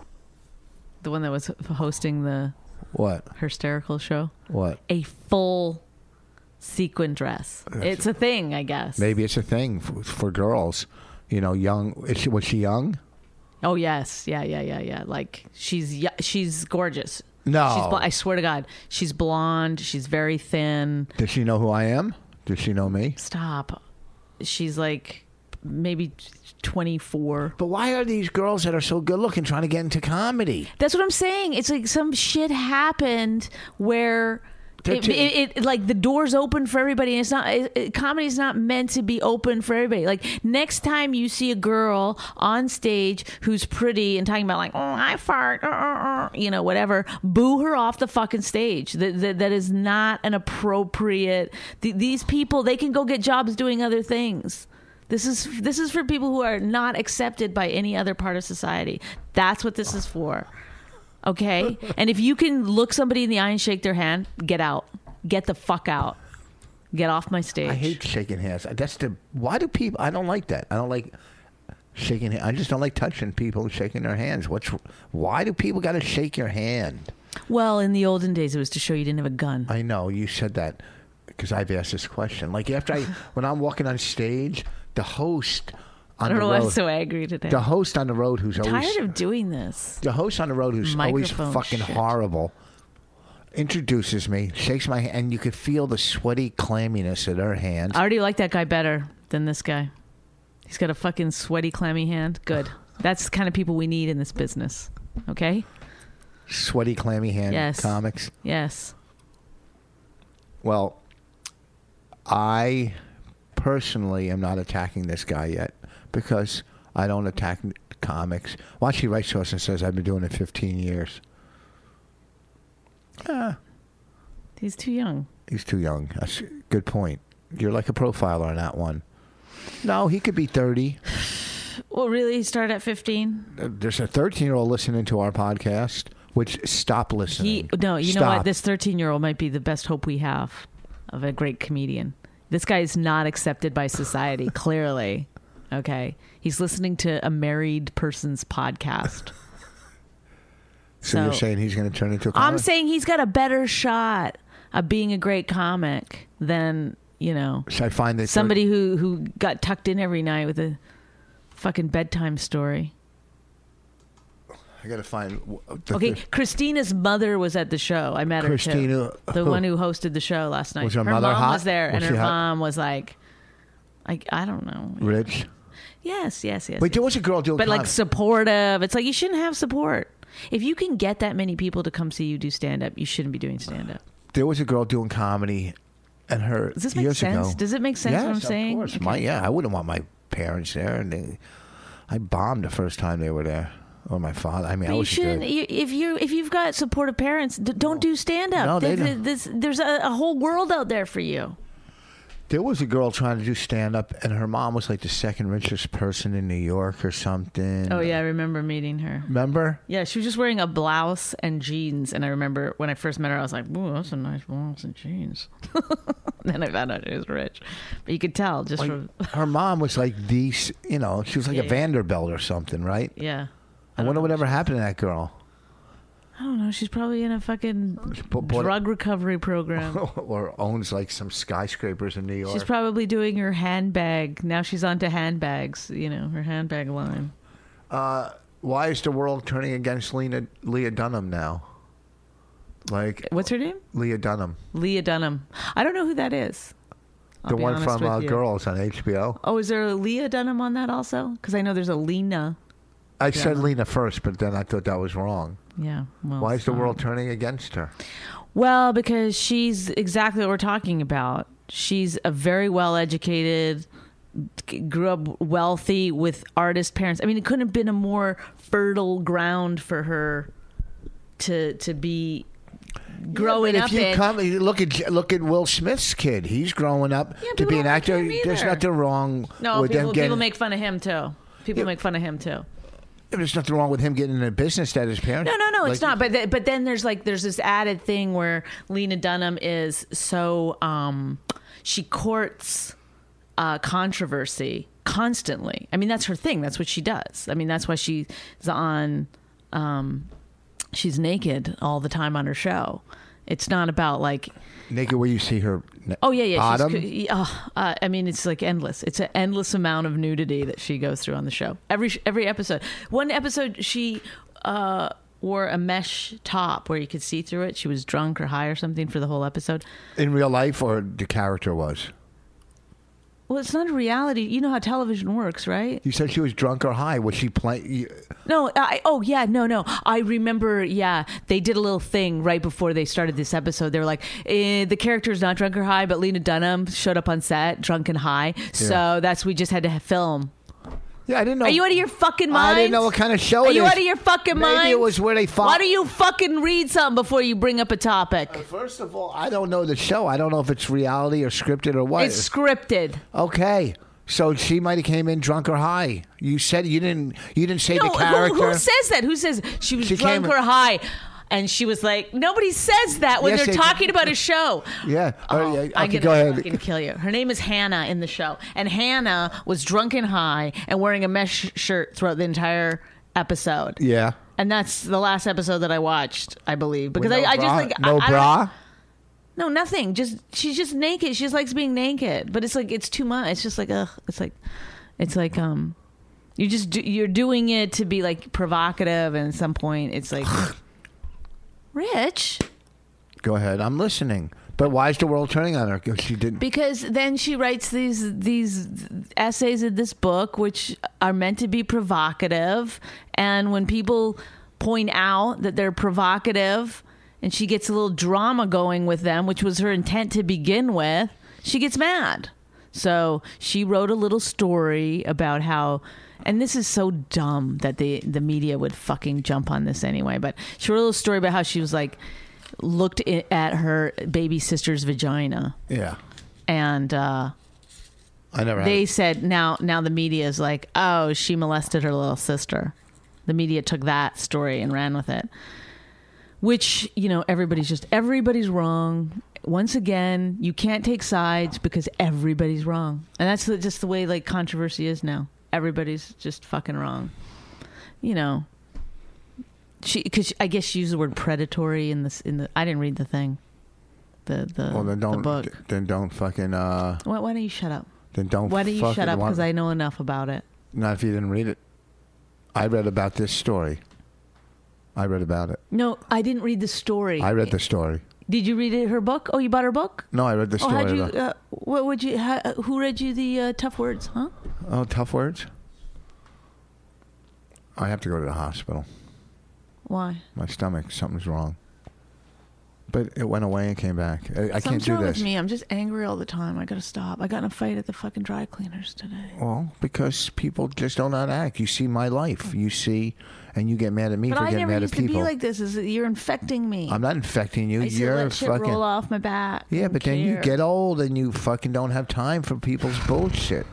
[SPEAKER 4] the one that was hosting the
[SPEAKER 3] what?
[SPEAKER 4] hysterical show,
[SPEAKER 3] What?
[SPEAKER 4] a full sequin dress. It's a thing, I guess.
[SPEAKER 3] Maybe it's a thing for, for girls. You know, young. Is she, was she young?
[SPEAKER 4] Oh yes, yeah, yeah, yeah, yeah. Like she's y- she's gorgeous.
[SPEAKER 3] No.
[SPEAKER 4] she's bl- I swear to God, she's blonde. She's very thin.
[SPEAKER 3] Does she know who I am? Does she know me?
[SPEAKER 4] Stop. She's like maybe twenty four.
[SPEAKER 3] But why are these girls that are so good looking trying to get into comedy?
[SPEAKER 4] That's what I'm saying. It's like some shit happened where.
[SPEAKER 3] They're
[SPEAKER 4] It,
[SPEAKER 3] too-
[SPEAKER 4] it, it like the doors open for everybody. And it's not it, it, comedy's not meant to be open for everybody. Like next time you see a girl on stage who's pretty and talking about like oh I fart, uh, uh, uh," you know whatever, boo her off the fucking stage. That that, that is not an appropriate. Th- these people they can go get jobs doing other things. This is this is for people who are not accepted by any other part of society. That's what this is for. Okay? and if you can look somebody in the eye and shake their hand, get out. Get the fuck out. Get off my stage.
[SPEAKER 3] I hate shaking hands. That's the why do people? I don't like that. I don't like shaking. hand- I just don't like touching people and shaking their hands. What's why do people got to shake your hand?
[SPEAKER 4] well, in the olden days it was to show you didn't have a gun.
[SPEAKER 3] I know you said that because I've asked this question. Like after I when I'm walking on stage, the host on
[SPEAKER 4] I don't
[SPEAKER 3] the
[SPEAKER 4] know why I'm
[SPEAKER 3] road,
[SPEAKER 4] so angry today.
[SPEAKER 3] the host on the road who's always
[SPEAKER 4] Tired of doing this.
[SPEAKER 3] the host on the road who's always
[SPEAKER 4] Microphone
[SPEAKER 3] fucking
[SPEAKER 4] shit.
[SPEAKER 3] horrible introduces me, shakes my hand, and you could feel the sweaty clamminess of their hands.
[SPEAKER 4] I already like that guy better than this guy. He's got a fucking sweaty clammy hand. Good. That's the kind of people we need in this business. Okay?
[SPEAKER 3] sweaty clammy hand
[SPEAKER 4] Yes.
[SPEAKER 3] comics.
[SPEAKER 4] Yes.
[SPEAKER 3] Well, I personally am not attacking this guy yet because I don't attack n- comics. Well, she writes to us and says, I've been doing it 15 years.
[SPEAKER 4] He's too young.
[SPEAKER 3] He's too young. That's a good point. You're like a profiler on that one. No, he could be 30.
[SPEAKER 4] Well, really, start at 15?
[SPEAKER 3] There's a 13 year old listening to our podcast, which stop listening.
[SPEAKER 4] He, no, you know
[SPEAKER 3] Stop.
[SPEAKER 4] what? This 13 year old might be the best hope we have of a great comedian. This guy is not accepted by society, clearly. Okay. He's listening to a married person's podcast.
[SPEAKER 3] Uh-huh. so, you're
[SPEAKER 4] so-
[SPEAKER 3] saying he's going to turn into a
[SPEAKER 4] I'm
[SPEAKER 3] comic?
[SPEAKER 4] saying he's got a better shot of being a great comic than, you know,
[SPEAKER 3] Should I find that
[SPEAKER 4] somebody who, who got tucked in every night with a fucking bedtime story.
[SPEAKER 3] I got to find w- the,
[SPEAKER 4] Okay,
[SPEAKER 3] the-
[SPEAKER 4] Christina's mother was at the show. I met her.
[SPEAKER 3] Christina,
[SPEAKER 4] too. the
[SPEAKER 3] who?
[SPEAKER 4] one who hosted the show last night.
[SPEAKER 3] Was her
[SPEAKER 4] mom
[SPEAKER 3] mother hot?
[SPEAKER 4] was there, and
[SPEAKER 3] Was
[SPEAKER 4] her
[SPEAKER 3] she hot?
[SPEAKER 4] mom was like, I, I don't know.
[SPEAKER 3] Rich.
[SPEAKER 4] Yes, yes, yes.
[SPEAKER 3] Wait,
[SPEAKER 4] yes.
[SPEAKER 3] there was a girl doing
[SPEAKER 4] but like
[SPEAKER 3] comic-
[SPEAKER 4] supportive. It's like you shouldn't have support. If you can get that many people to come see you do stand up, you shouldn't be doing stand up.
[SPEAKER 3] there was a girl doing comedy, and her
[SPEAKER 4] Does this make
[SPEAKER 3] years
[SPEAKER 4] sense?
[SPEAKER 3] ago-
[SPEAKER 4] Does it make sense
[SPEAKER 3] yes,
[SPEAKER 4] what I'm
[SPEAKER 3] of
[SPEAKER 4] saying?
[SPEAKER 3] course.
[SPEAKER 4] Okay.
[SPEAKER 3] My yeah, I wouldn't want my parents there, and they, I bombed the first time they were there, or my father. I mean, I
[SPEAKER 4] But you
[SPEAKER 3] was a
[SPEAKER 4] shouldn't.
[SPEAKER 3] good-
[SPEAKER 4] You, if you if you've got supportive parents, d- don't do stand up.
[SPEAKER 3] No, they don't.
[SPEAKER 4] this, there's a, a whole world out there for you.
[SPEAKER 3] There was a girl trying to do stand up, and her mom was like the second richest person in New York or something.
[SPEAKER 4] Oh yeah, I remember meeting her.
[SPEAKER 3] remember?
[SPEAKER 4] Yeah, she was just wearing a blouse and jeans, and I remember when I first met her, I was like, "Ooh, that's a nice blouse and jeans." then I found out she was rich, but you could tell just from
[SPEAKER 3] Her mom was like the, s- you know, she was like
[SPEAKER 4] Yeah,
[SPEAKER 3] a
[SPEAKER 4] yeah.
[SPEAKER 3] Vanderbilt or something, right?
[SPEAKER 4] yeah.
[SPEAKER 3] I, wonder whatever happened to that girl,
[SPEAKER 4] I don't know. She's probably in a fucking
[SPEAKER 3] bo- bo-
[SPEAKER 4] drug recovery
[SPEAKER 3] Oh,
[SPEAKER 4] program.
[SPEAKER 3] or owns like some skyscrapers in New York.
[SPEAKER 4] she's probably doing her handbag. Now she's onto handbags. You know, her handbag line.
[SPEAKER 3] Why is the world turning against Lena Leah Dunham now? Like
[SPEAKER 4] What's her name?
[SPEAKER 3] Leah Dunham,
[SPEAKER 4] Leah Dunham. I don't know who that is. I'll
[SPEAKER 3] the
[SPEAKER 4] be
[SPEAKER 3] one
[SPEAKER 4] honest
[SPEAKER 3] from
[SPEAKER 4] with
[SPEAKER 3] uh,
[SPEAKER 4] you.
[SPEAKER 3] Girls on HBO.
[SPEAKER 4] Oh, is there a Leah Dunham on that also? Because I know there's a Lena.
[SPEAKER 3] I said Lena first, but then I thought that was wrong.
[SPEAKER 4] Yeah. Well,
[SPEAKER 3] Why is
[SPEAKER 4] it's
[SPEAKER 3] the
[SPEAKER 4] not.
[SPEAKER 3] world turning against her?
[SPEAKER 4] Well, because she's exactly what we're talking about. She's a very well educated, g- grew up wealthy with artist parents. I mean, it couldn't have been a more fertile ground for her to to be growing
[SPEAKER 3] But
[SPEAKER 4] up
[SPEAKER 3] if you
[SPEAKER 4] in.
[SPEAKER 3] come, you look at J- look at Will Smith's kid. He's growing up
[SPEAKER 4] Yeah,
[SPEAKER 3] to
[SPEAKER 4] people
[SPEAKER 3] be an
[SPEAKER 4] don't like
[SPEAKER 3] actor.
[SPEAKER 4] him
[SPEAKER 3] There's
[SPEAKER 4] either.
[SPEAKER 3] nothing wrong
[SPEAKER 4] no,
[SPEAKER 3] with
[SPEAKER 4] people,
[SPEAKER 3] them getting.
[SPEAKER 4] people make fun of him too. People
[SPEAKER 3] Yeah.
[SPEAKER 4] make fun of him too.
[SPEAKER 3] there's nothing wrong with him getting in a business that his parents.
[SPEAKER 4] No, no, no, it's
[SPEAKER 3] like-
[SPEAKER 4] not. But th- but then there's like there's this added thing where Lena Dunham is so um she courts uh controversy constantly. I mean, that's her thing. That's what she does. I mean, that's why she's on um she's naked all the time on her show. It's not about like
[SPEAKER 3] Naked, where you see her.
[SPEAKER 4] oh yeah yeah
[SPEAKER 3] Bottom.
[SPEAKER 4] she's uh, uh, I mean it's like endless. It's an endless amount of nudity that she goes through on the show. Every every episode. One episode she uh, wore a mesh top where you could see through it. She was drunk or high or something for the whole episode.
[SPEAKER 3] in real life, or the character was.
[SPEAKER 4] Well, it's not a reality. You know how television works, right?
[SPEAKER 3] You said she was drunk or high. Was she playing?
[SPEAKER 4] No, I oh yeah, no, no. I remember, yeah, they did a little thing right before they started this episode. They were like, eh, the character's not drunk or high, but Lena Dunham showed up on set drunk and high, so that's we just had to film.
[SPEAKER 3] Yeah, I didn't know.
[SPEAKER 4] Are you out of your fucking
[SPEAKER 3] Oh. I
[SPEAKER 4] mind?
[SPEAKER 3] didn't know what kind of show
[SPEAKER 4] Are
[SPEAKER 3] it
[SPEAKER 4] you
[SPEAKER 3] is.
[SPEAKER 4] out of your fucking
[SPEAKER 3] Maybe
[SPEAKER 4] mind?
[SPEAKER 3] it was where they fought-
[SPEAKER 4] Why do you fucking read something before you bring up a topic?
[SPEAKER 3] First of all, I don't know the show. I don't know if it's reality or scripted or what.
[SPEAKER 4] It's scripted.
[SPEAKER 3] okay. So she might have came in drunk or high. You said you didn't. You didn't say
[SPEAKER 4] No,
[SPEAKER 3] the
[SPEAKER 4] who,
[SPEAKER 3] character.
[SPEAKER 4] who says that? Who says she was
[SPEAKER 3] She
[SPEAKER 4] drunk
[SPEAKER 3] came-
[SPEAKER 4] or high? And she was like, nobody says that when
[SPEAKER 3] Yes,
[SPEAKER 4] they're
[SPEAKER 3] they-
[SPEAKER 4] talking about a show.
[SPEAKER 3] Yeah.
[SPEAKER 4] Oh,
[SPEAKER 3] Oh, yeah.
[SPEAKER 4] I'm
[SPEAKER 3] Okay,
[SPEAKER 4] gonna
[SPEAKER 3] go ahead.
[SPEAKER 4] fucking kill you. Her name is Hannah in the show, and Hannah was drunk and high and wearing a mesh shirt throughout the entire episode.
[SPEAKER 3] yeah.
[SPEAKER 4] And that's the last episode that I watched, I believe, because
[SPEAKER 3] With no
[SPEAKER 4] I, I
[SPEAKER 3] bra-
[SPEAKER 4] just like
[SPEAKER 3] no
[SPEAKER 4] I, I
[SPEAKER 3] bra.
[SPEAKER 4] don't- no, nothing. Just she's just naked. She just likes being naked. But it's like it's too much. It's just like ugh. It's like it's like um, you just do, you're doing it to be like provocative. And at some point, it's like, Rich,
[SPEAKER 3] Go ahead. I'm listening. But why is the world turning on her? 'Cause She didn't.
[SPEAKER 4] because then she writes these these essays in this book, which are meant to be provocative. And when people point out that they're provocative, and she gets a little drama going with them, which was her intent to begin with, she gets mad. So she wrote a little story about how, and this is so dumb that the the media would fucking jump on this anyway. But she wrote a little story about how she was like looked i- at her baby sister's vagina
[SPEAKER 3] yeah.
[SPEAKER 4] and uh,
[SPEAKER 3] I never.
[SPEAKER 4] They
[SPEAKER 3] had,
[SPEAKER 4] said now now the media is like, oh, she molested her little sister. The media took that story and ran with it. Which, you know, everybody's just everybody's wrong. Once again, you can't take sides because everybody's wrong. And that's the- just the way like controversy is now. Everybody's just fucking wrong. You know. She cuz I guess she used the word predatory in this in the I didn't read the thing. The the,
[SPEAKER 3] well, then
[SPEAKER 4] the
[SPEAKER 3] don't.
[SPEAKER 4] book.
[SPEAKER 3] Then don't fucking. Uh,
[SPEAKER 4] Why, why don't you shut up?
[SPEAKER 3] then don't.
[SPEAKER 4] Why don't you shut
[SPEAKER 3] fucking
[SPEAKER 4] up?
[SPEAKER 3] want-
[SPEAKER 4] Because I know enough about it.
[SPEAKER 3] Not if you didn't read it. I read about this story. I read about it.
[SPEAKER 4] No, I didn't read the story.
[SPEAKER 3] I read the story.
[SPEAKER 4] Did you read it, her book? Oh, you bought her book?
[SPEAKER 3] No, I read the
[SPEAKER 4] Oh,
[SPEAKER 3] story.
[SPEAKER 4] how'd you?
[SPEAKER 3] about-
[SPEAKER 4] Uh, what would you? How, who read you the uh, tough words? Huh?
[SPEAKER 3] oh, tough words. I have to go to the hospital.
[SPEAKER 4] Why?
[SPEAKER 3] My stomach, something's wrong. But it went away and came back. I, I can't
[SPEAKER 4] Something's
[SPEAKER 3] do
[SPEAKER 4] wrong
[SPEAKER 3] this.
[SPEAKER 4] with me. I'm just angry all the time. I gotta stop. I got in a fight at the fucking dry cleaners today.
[SPEAKER 3] Well, because people just don't not act. You see my life. You see, and you get mad at me
[SPEAKER 4] But
[SPEAKER 3] for
[SPEAKER 4] I
[SPEAKER 3] getting
[SPEAKER 4] never
[SPEAKER 3] mad at
[SPEAKER 4] used to
[SPEAKER 3] people.
[SPEAKER 4] be like this. Is you're infecting me?
[SPEAKER 3] I'm not infecting you.
[SPEAKER 4] I used to
[SPEAKER 3] You're
[SPEAKER 4] let shit
[SPEAKER 3] fucking.
[SPEAKER 4] roll off my back.
[SPEAKER 3] Yeah,
[SPEAKER 4] and
[SPEAKER 3] but then you
[SPEAKER 4] care.
[SPEAKER 3] get old and you fucking don't have time for people's bullshit.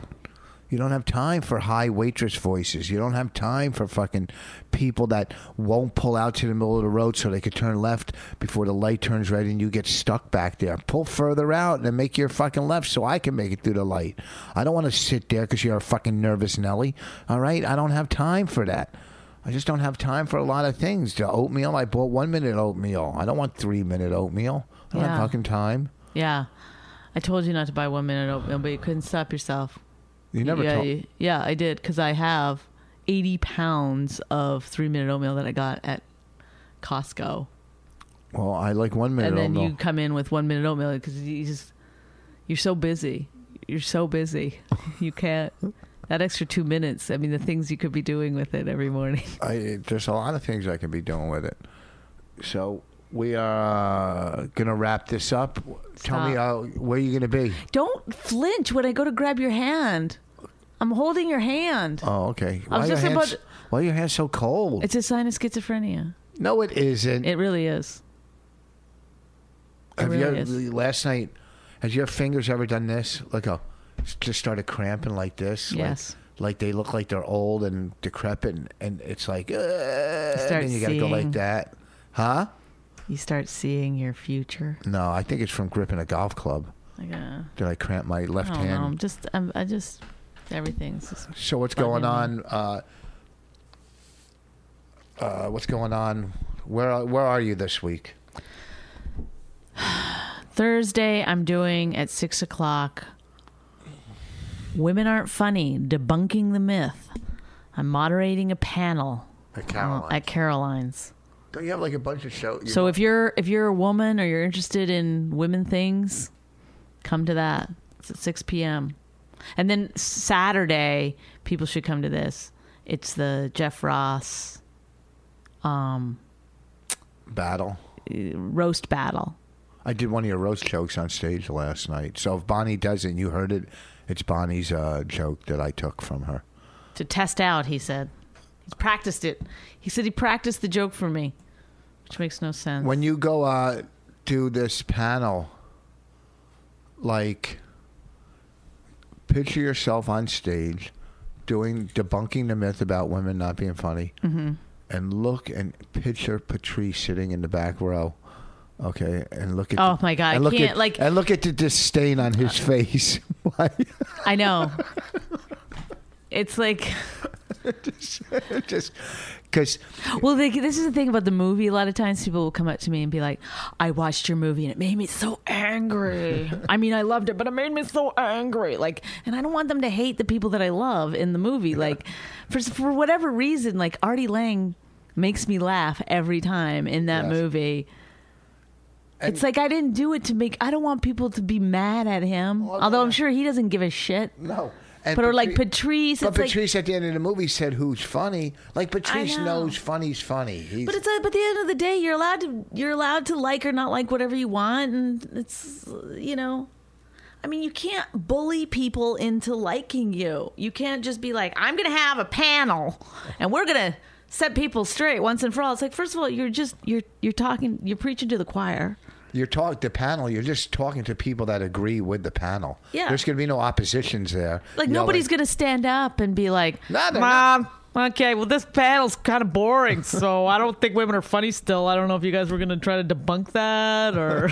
[SPEAKER 3] You don't have time for high waitress voices. You don't have time for fucking people that won't pull out to the middle of the road so they could turn left before the light turns red and you get stuck back there. Pull further out and make your fucking left so I can make it through the light. I don't want to sit there because you're a fucking nervous Nelly. All right? I don't have time for that. I just don't have time for a lot of things. The oatmeal, I bought one minute oatmeal. I don't want three minute oatmeal. I don't have
[SPEAKER 4] Yeah.
[SPEAKER 3] fucking time.
[SPEAKER 4] Yeah, I told you not to buy one minute oatmeal, but you couldn't stop yourself.
[SPEAKER 3] You never
[SPEAKER 4] yeah,
[SPEAKER 3] told.
[SPEAKER 4] you- yeah, I did because I have 80 pounds of three minute oatmeal that I got at Costco,
[SPEAKER 3] Well, I like one minute
[SPEAKER 4] and then
[SPEAKER 3] oatmeal.
[SPEAKER 4] you come in with one minute oatmeal because you just you're so busy, you're so busy, you can't. That extra two minutes, I mean, the things you could be doing with it every morning.
[SPEAKER 3] I, there's a lot of things I could be doing with it. So we are gonna wrap this up. Tell me uh, where you gonna be.
[SPEAKER 4] Don't flinch when I go to grab your hand. I'm holding your hand.
[SPEAKER 3] Oh, okay.
[SPEAKER 4] I was
[SPEAKER 3] are your
[SPEAKER 4] just
[SPEAKER 3] hands,
[SPEAKER 4] about-
[SPEAKER 3] Why are your hands so cold?
[SPEAKER 4] It's a sign of schizophrenia.
[SPEAKER 3] no, it isn't.
[SPEAKER 4] It really is.
[SPEAKER 3] Have
[SPEAKER 4] really
[SPEAKER 3] you
[SPEAKER 4] is.
[SPEAKER 3] last night? Has your fingers ever done this? Like a just started cramping like this. Like-
[SPEAKER 4] Yes.
[SPEAKER 3] Like they look like they're old and decrepit, and, and it's like, uh,
[SPEAKER 4] start
[SPEAKER 3] and you gotta go like
[SPEAKER 4] seeing.
[SPEAKER 3] that, huh?
[SPEAKER 4] You start seeing your future.
[SPEAKER 3] No, I think it's from gripping a golf club.
[SPEAKER 4] Like, uh,
[SPEAKER 3] Did I cramp my left
[SPEAKER 4] I don't know.
[SPEAKER 3] hand?
[SPEAKER 4] Oh, I'm just, I'm, I just, everything's just.
[SPEAKER 3] So what's
[SPEAKER 4] Bugging
[SPEAKER 3] going
[SPEAKER 4] me.
[SPEAKER 3] on? Uh, uh, what's going on? Where are, where are you this week?
[SPEAKER 4] Thursday, I'm doing at six o'clock. Women aren't funny. Debunking the myth. I'm moderating a panel
[SPEAKER 3] At
[SPEAKER 4] uh,
[SPEAKER 3] Caroline.
[SPEAKER 4] at Caroline's.
[SPEAKER 3] Don't you have like a bunch of shows?
[SPEAKER 4] So if you're if you're a woman or you're interested in women things, come to that. It's at six p.m. And then Saturday, people should come to this. It's the Jeff Ross
[SPEAKER 3] battle.
[SPEAKER 4] uh, roast battle.
[SPEAKER 3] I did one of your roast jokes on stage last night. So if Bonnie does it, and you heard it. It's Bonnie's uh, joke that I took from her.
[SPEAKER 4] to test out. He said he's practiced it. He said he practiced the joke for me, which makes no sense.
[SPEAKER 3] When you go uh, do this panel, like picture yourself on stage doing debunking the myth about women not being funny,
[SPEAKER 4] Mm-hmm.
[SPEAKER 3] and look and picture Patrice sitting in the back row. Okay, and look at
[SPEAKER 4] Oh my God, I
[SPEAKER 3] And look
[SPEAKER 4] can't,
[SPEAKER 3] at
[SPEAKER 4] like- Uh.
[SPEAKER 3] and look at the disdain on his face. Like,
[SPEAKER 4] I know. It's like,
[SPEAKER 3] Just because
[SPEAKER 4] well, they, this is the thing about the movie. A lot of times people will come up to me and be like, I watched your movie and it made me so angry. I mean, I loved it, but it made me so angry. Like, and I don't want them to hate the people that I love in the movie. Like, for, for whatever reason, like, Artie Lang makes me laugh every time in that
[SPEAKER 3] Yes.
[SPEAKER 4] movie. it's like I didn't do it to make. I don't want people to be mad at him.
[SPEAKER 3] Well,
[SPEAKER 4] Although
[SPEAKER 3] no.
[SPEAKER 4] I'm sure he doesn't give a shit.
[SPEAKER 3] no. And
[SPEAKER 4] But or like
[SPEAKER 3] Patri-
[SPEAKER 4] Patrice,
[SPEAKER 3] But
[SPEAKER 4] it's like-
[SPEAKER 3] Patrice at the end of the movie said, "Who's funny?" Like Patrice
[SPEAKER 4] know.
[SPEAKER 3] knows funny's funny. He's,
[SPEAKER 4] But it's like, but at the end of the day, you're allowed to you're allowed to like or not like whatever you want, and it's you know, I mean, you can't bully people into liking you. You can't just be like, I'm gonna have a panel, and we're gonna set people straight once and for all. It's like, first of all, you're just you're you're talking, you're preaching to the choir.
[SPEAKER 3] You're talking the panel. You're just talking to people that agree with the panel.
[SPEAKER 4] Yeah.
[SPEAKER 3] There's going to be no oppositions there.
[SPEAKER 4] Like
[SPEAKER 3] You know,
[SPEAKER 4] nobody's gonna stand up and be like,
[SPEAKER 3] No, they're
[SPEAKER 4] "Mom, okay, well this panel's kind of boring, so I don't think women are funny still. I don't know if you guys were gonna try to debunk that or."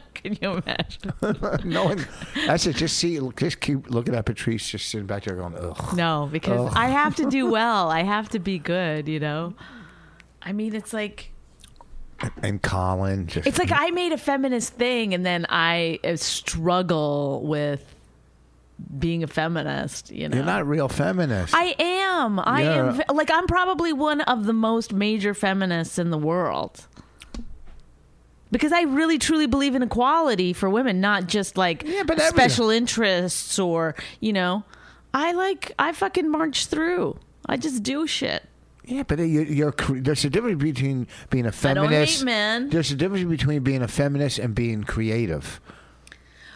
[SPEAKER 4] Can you imagine?
[SPEAKER 3] no one. That's it. Just see. Just keep looking at Patrice. Just sitting back there going, ugh.
[SPEAKER 4] No, because I have to do well. I have to be good. You know. I mean, it's like
[SPEAKER 3] And Colin. Just,
[SPEAKER 4] It's like I made a feminist thing, and then I uh, struggle with being a feminist. You know,
[SPEAKER 3] you're not real feminist.
[SPEAKER 4] I am. I am.
[SPEAKER 3] You're-
[SPEAKER 4] fe- Like I'm probably one of the most major feminists in the world. Because I really truly believe in equality for women, not just like
[SPEAKER 3] Yeah, but every-
[SPEAKER 4] special interests or you know. I like I fucking march through. I just do shit.
[SPEAKER 3] Yeah, but you, you're cre- there's a difference between being a
[SPEAKER 4] don't hate
[SPEAKER 3] feminist.
[SPEAKER 4] men.
[SPEAKER 3] There's a difference between being a feminist and being creative.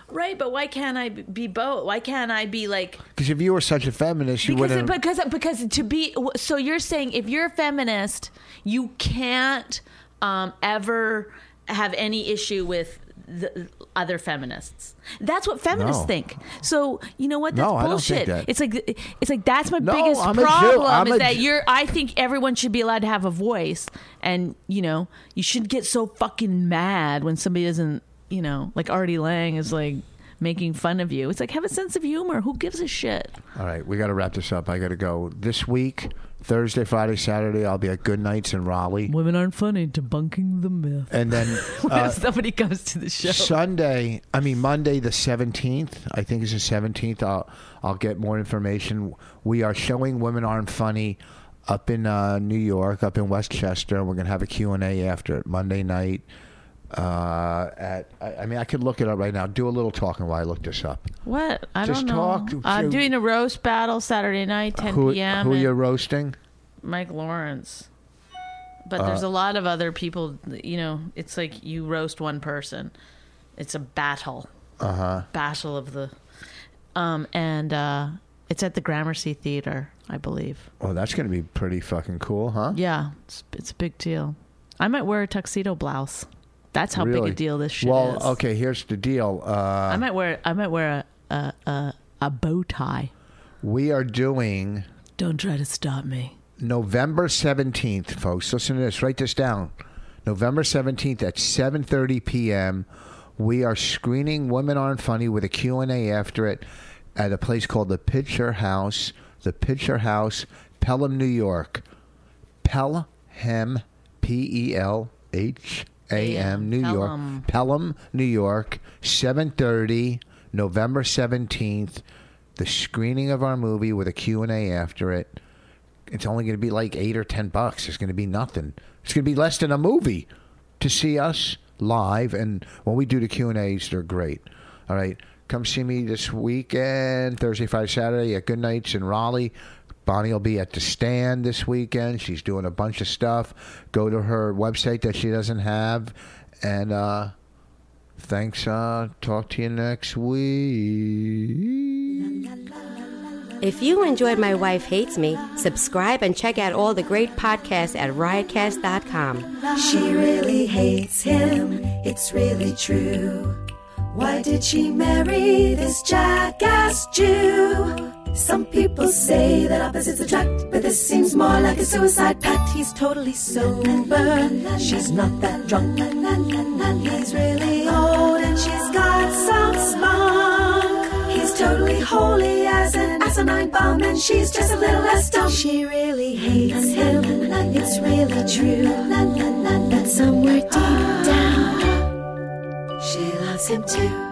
[SPEAKER 4] Right, but why can't I be both? Why can't I be like
[SPEAKER 3] Because if you were such a feminist, you
[SPEAKER 4] because
[SPEAKER 3] wouldn't.
[SPEAKER 4] because because to be so you're saying if you're a feminist you can't um, ever have any issue with the other feminists that's what feminists
[SPEAKER 3] No.
[SPEAKER 4] think so you know what that's
[SPEAKER 3] No, I don't think
[SPEAKER 4] bullshit
[SPEAKER 3] that.
[SPEAKER 4] it's like it's like that's my
[SPEAKER 3] No,
[SPEAKER 4] biggest
[SPEAKER 3] I'm a Jew.
[SPEAKER 4] problem
[SPEAKER 3] I'm
[SPEAKER 4] is
[SPEAKER 3] a
[SPEAKER 4] that
[SPEAKER 3] Jew.
[SPEAKER 4] you're i think everyone should be allowed to have a voice and you know you shouldn't get so fucking mad when somebody isn't you know like artie lang is like making fun of you it's like have a sense of humor who gives a shit
[SPEAKER 3] All right, we got to wrap this up. I got to go this week, Thursday, Friday, Saturday. I'll be at Good Nights in Raleigh,
[SPEAKER 4] Women aren't funny, debunking the myth.
[SPEAKER 3] and then
[SPEAKER 4] When
[SPEAKER 3] uh,
[SPEAKER 4] somebody comes to the show.
[SPEAKER 3] Sunday. I mean Monday, the seventeenth. I think it's the seventeenth. I'll I'll get more information. We are showing women aren't funny up in uh, New York, up in Westchester. and We're gonna have a Q and A after it Monday night. Uh, at I, I mean I could look it up right now. Do a little talking while I look this up.
[SPEAKER 4] What? I
[SPEAKER 3] Just
[SPEAKER 4] don't know.
[SPEAKER 3] talk to-
[SPEAKER 4] I'm doing a roast battle Saturday night, 10
[SPEAKER 3] Who
[SPEAKER 4] p.m.
[SPEAKER 3] who
[SPEAKER 4] at
[SPEAKER 3] you're roasting?
[SPEAKER 4] Mike Lawrence. But
[SPEAKER 3] Uh,
[SPEAKER 4] there's a lot of other people. that, You know, it's like you roast one person. It's a battle. Uh
[SPEAKER 3] Uh-huh.
[SPEAKER 4] huh. Battle of the, um, and uh, it's at the Gramercy Theater, I believe.
[SPEAKER 3] Oh, that's gonna be pretty fucking cool, huh?
[SPEAKER 4] Yeah, it's, it's a big deal. I might wear a tuxedo blouse. That's how
[SPEAKER 3] Really?
[SPEAKER 4] big a deal this shit
[SPEAKER 3] well, uh,
[SPEAKER 4] is.
[SPEAKER 3] okay. Here's the deal. Uh,
[SPEAKER 4] I might wear I might wear a a, a a bow tie.
[SPEAKER 3] we are doing
[SPEAKER 4] Don't try to stop me.
[SPEAKER 3] November 17th, folks. Listen to this. Write this down. November 17th at 7:30 p.m. We are screening Women Aren't Funny with a Q&A after it at a place called The Picture House, The Picture House, Pelham, New York. Pelham, P E L H A M, New
[SPEAKER 4] Pelham.
[SPEAKER 3] York. Pelham, New York, 7:30, November 17th. The screening of our movie with a Q&A after it. It's only going to be like 8 or 10 bucks. It's going to be nothing. It's going to be less than a movie to see us live and when we do the Q&As, they're great. All right. Come see me this weekend, Thursday, Friday, Saturday at Good Nights in Raleigh. Bonnie will be at the stand this weekend. She's doing a bunch of stuff. Go to her website that she doesn't have. And uh, thanks. Uh, talk to you next week.
[SPEAKER 1] If you enjoyed My Wife Hates Me, subscribe and check out all the great podcasts at riotcast.com.
[SPEAKER 2] She really hates him, it's really true. Why did she marry this jackass Jew? Some people say that opposites attract, but this seems more like a suicide pact. He's totally sober, she's not that drunk. He's really old and she's got some spunk. He's totally holy as an asinine bomb, and she's just a little less dumb. She really hates him, it's really true. But somewhere deep down, she loves him too.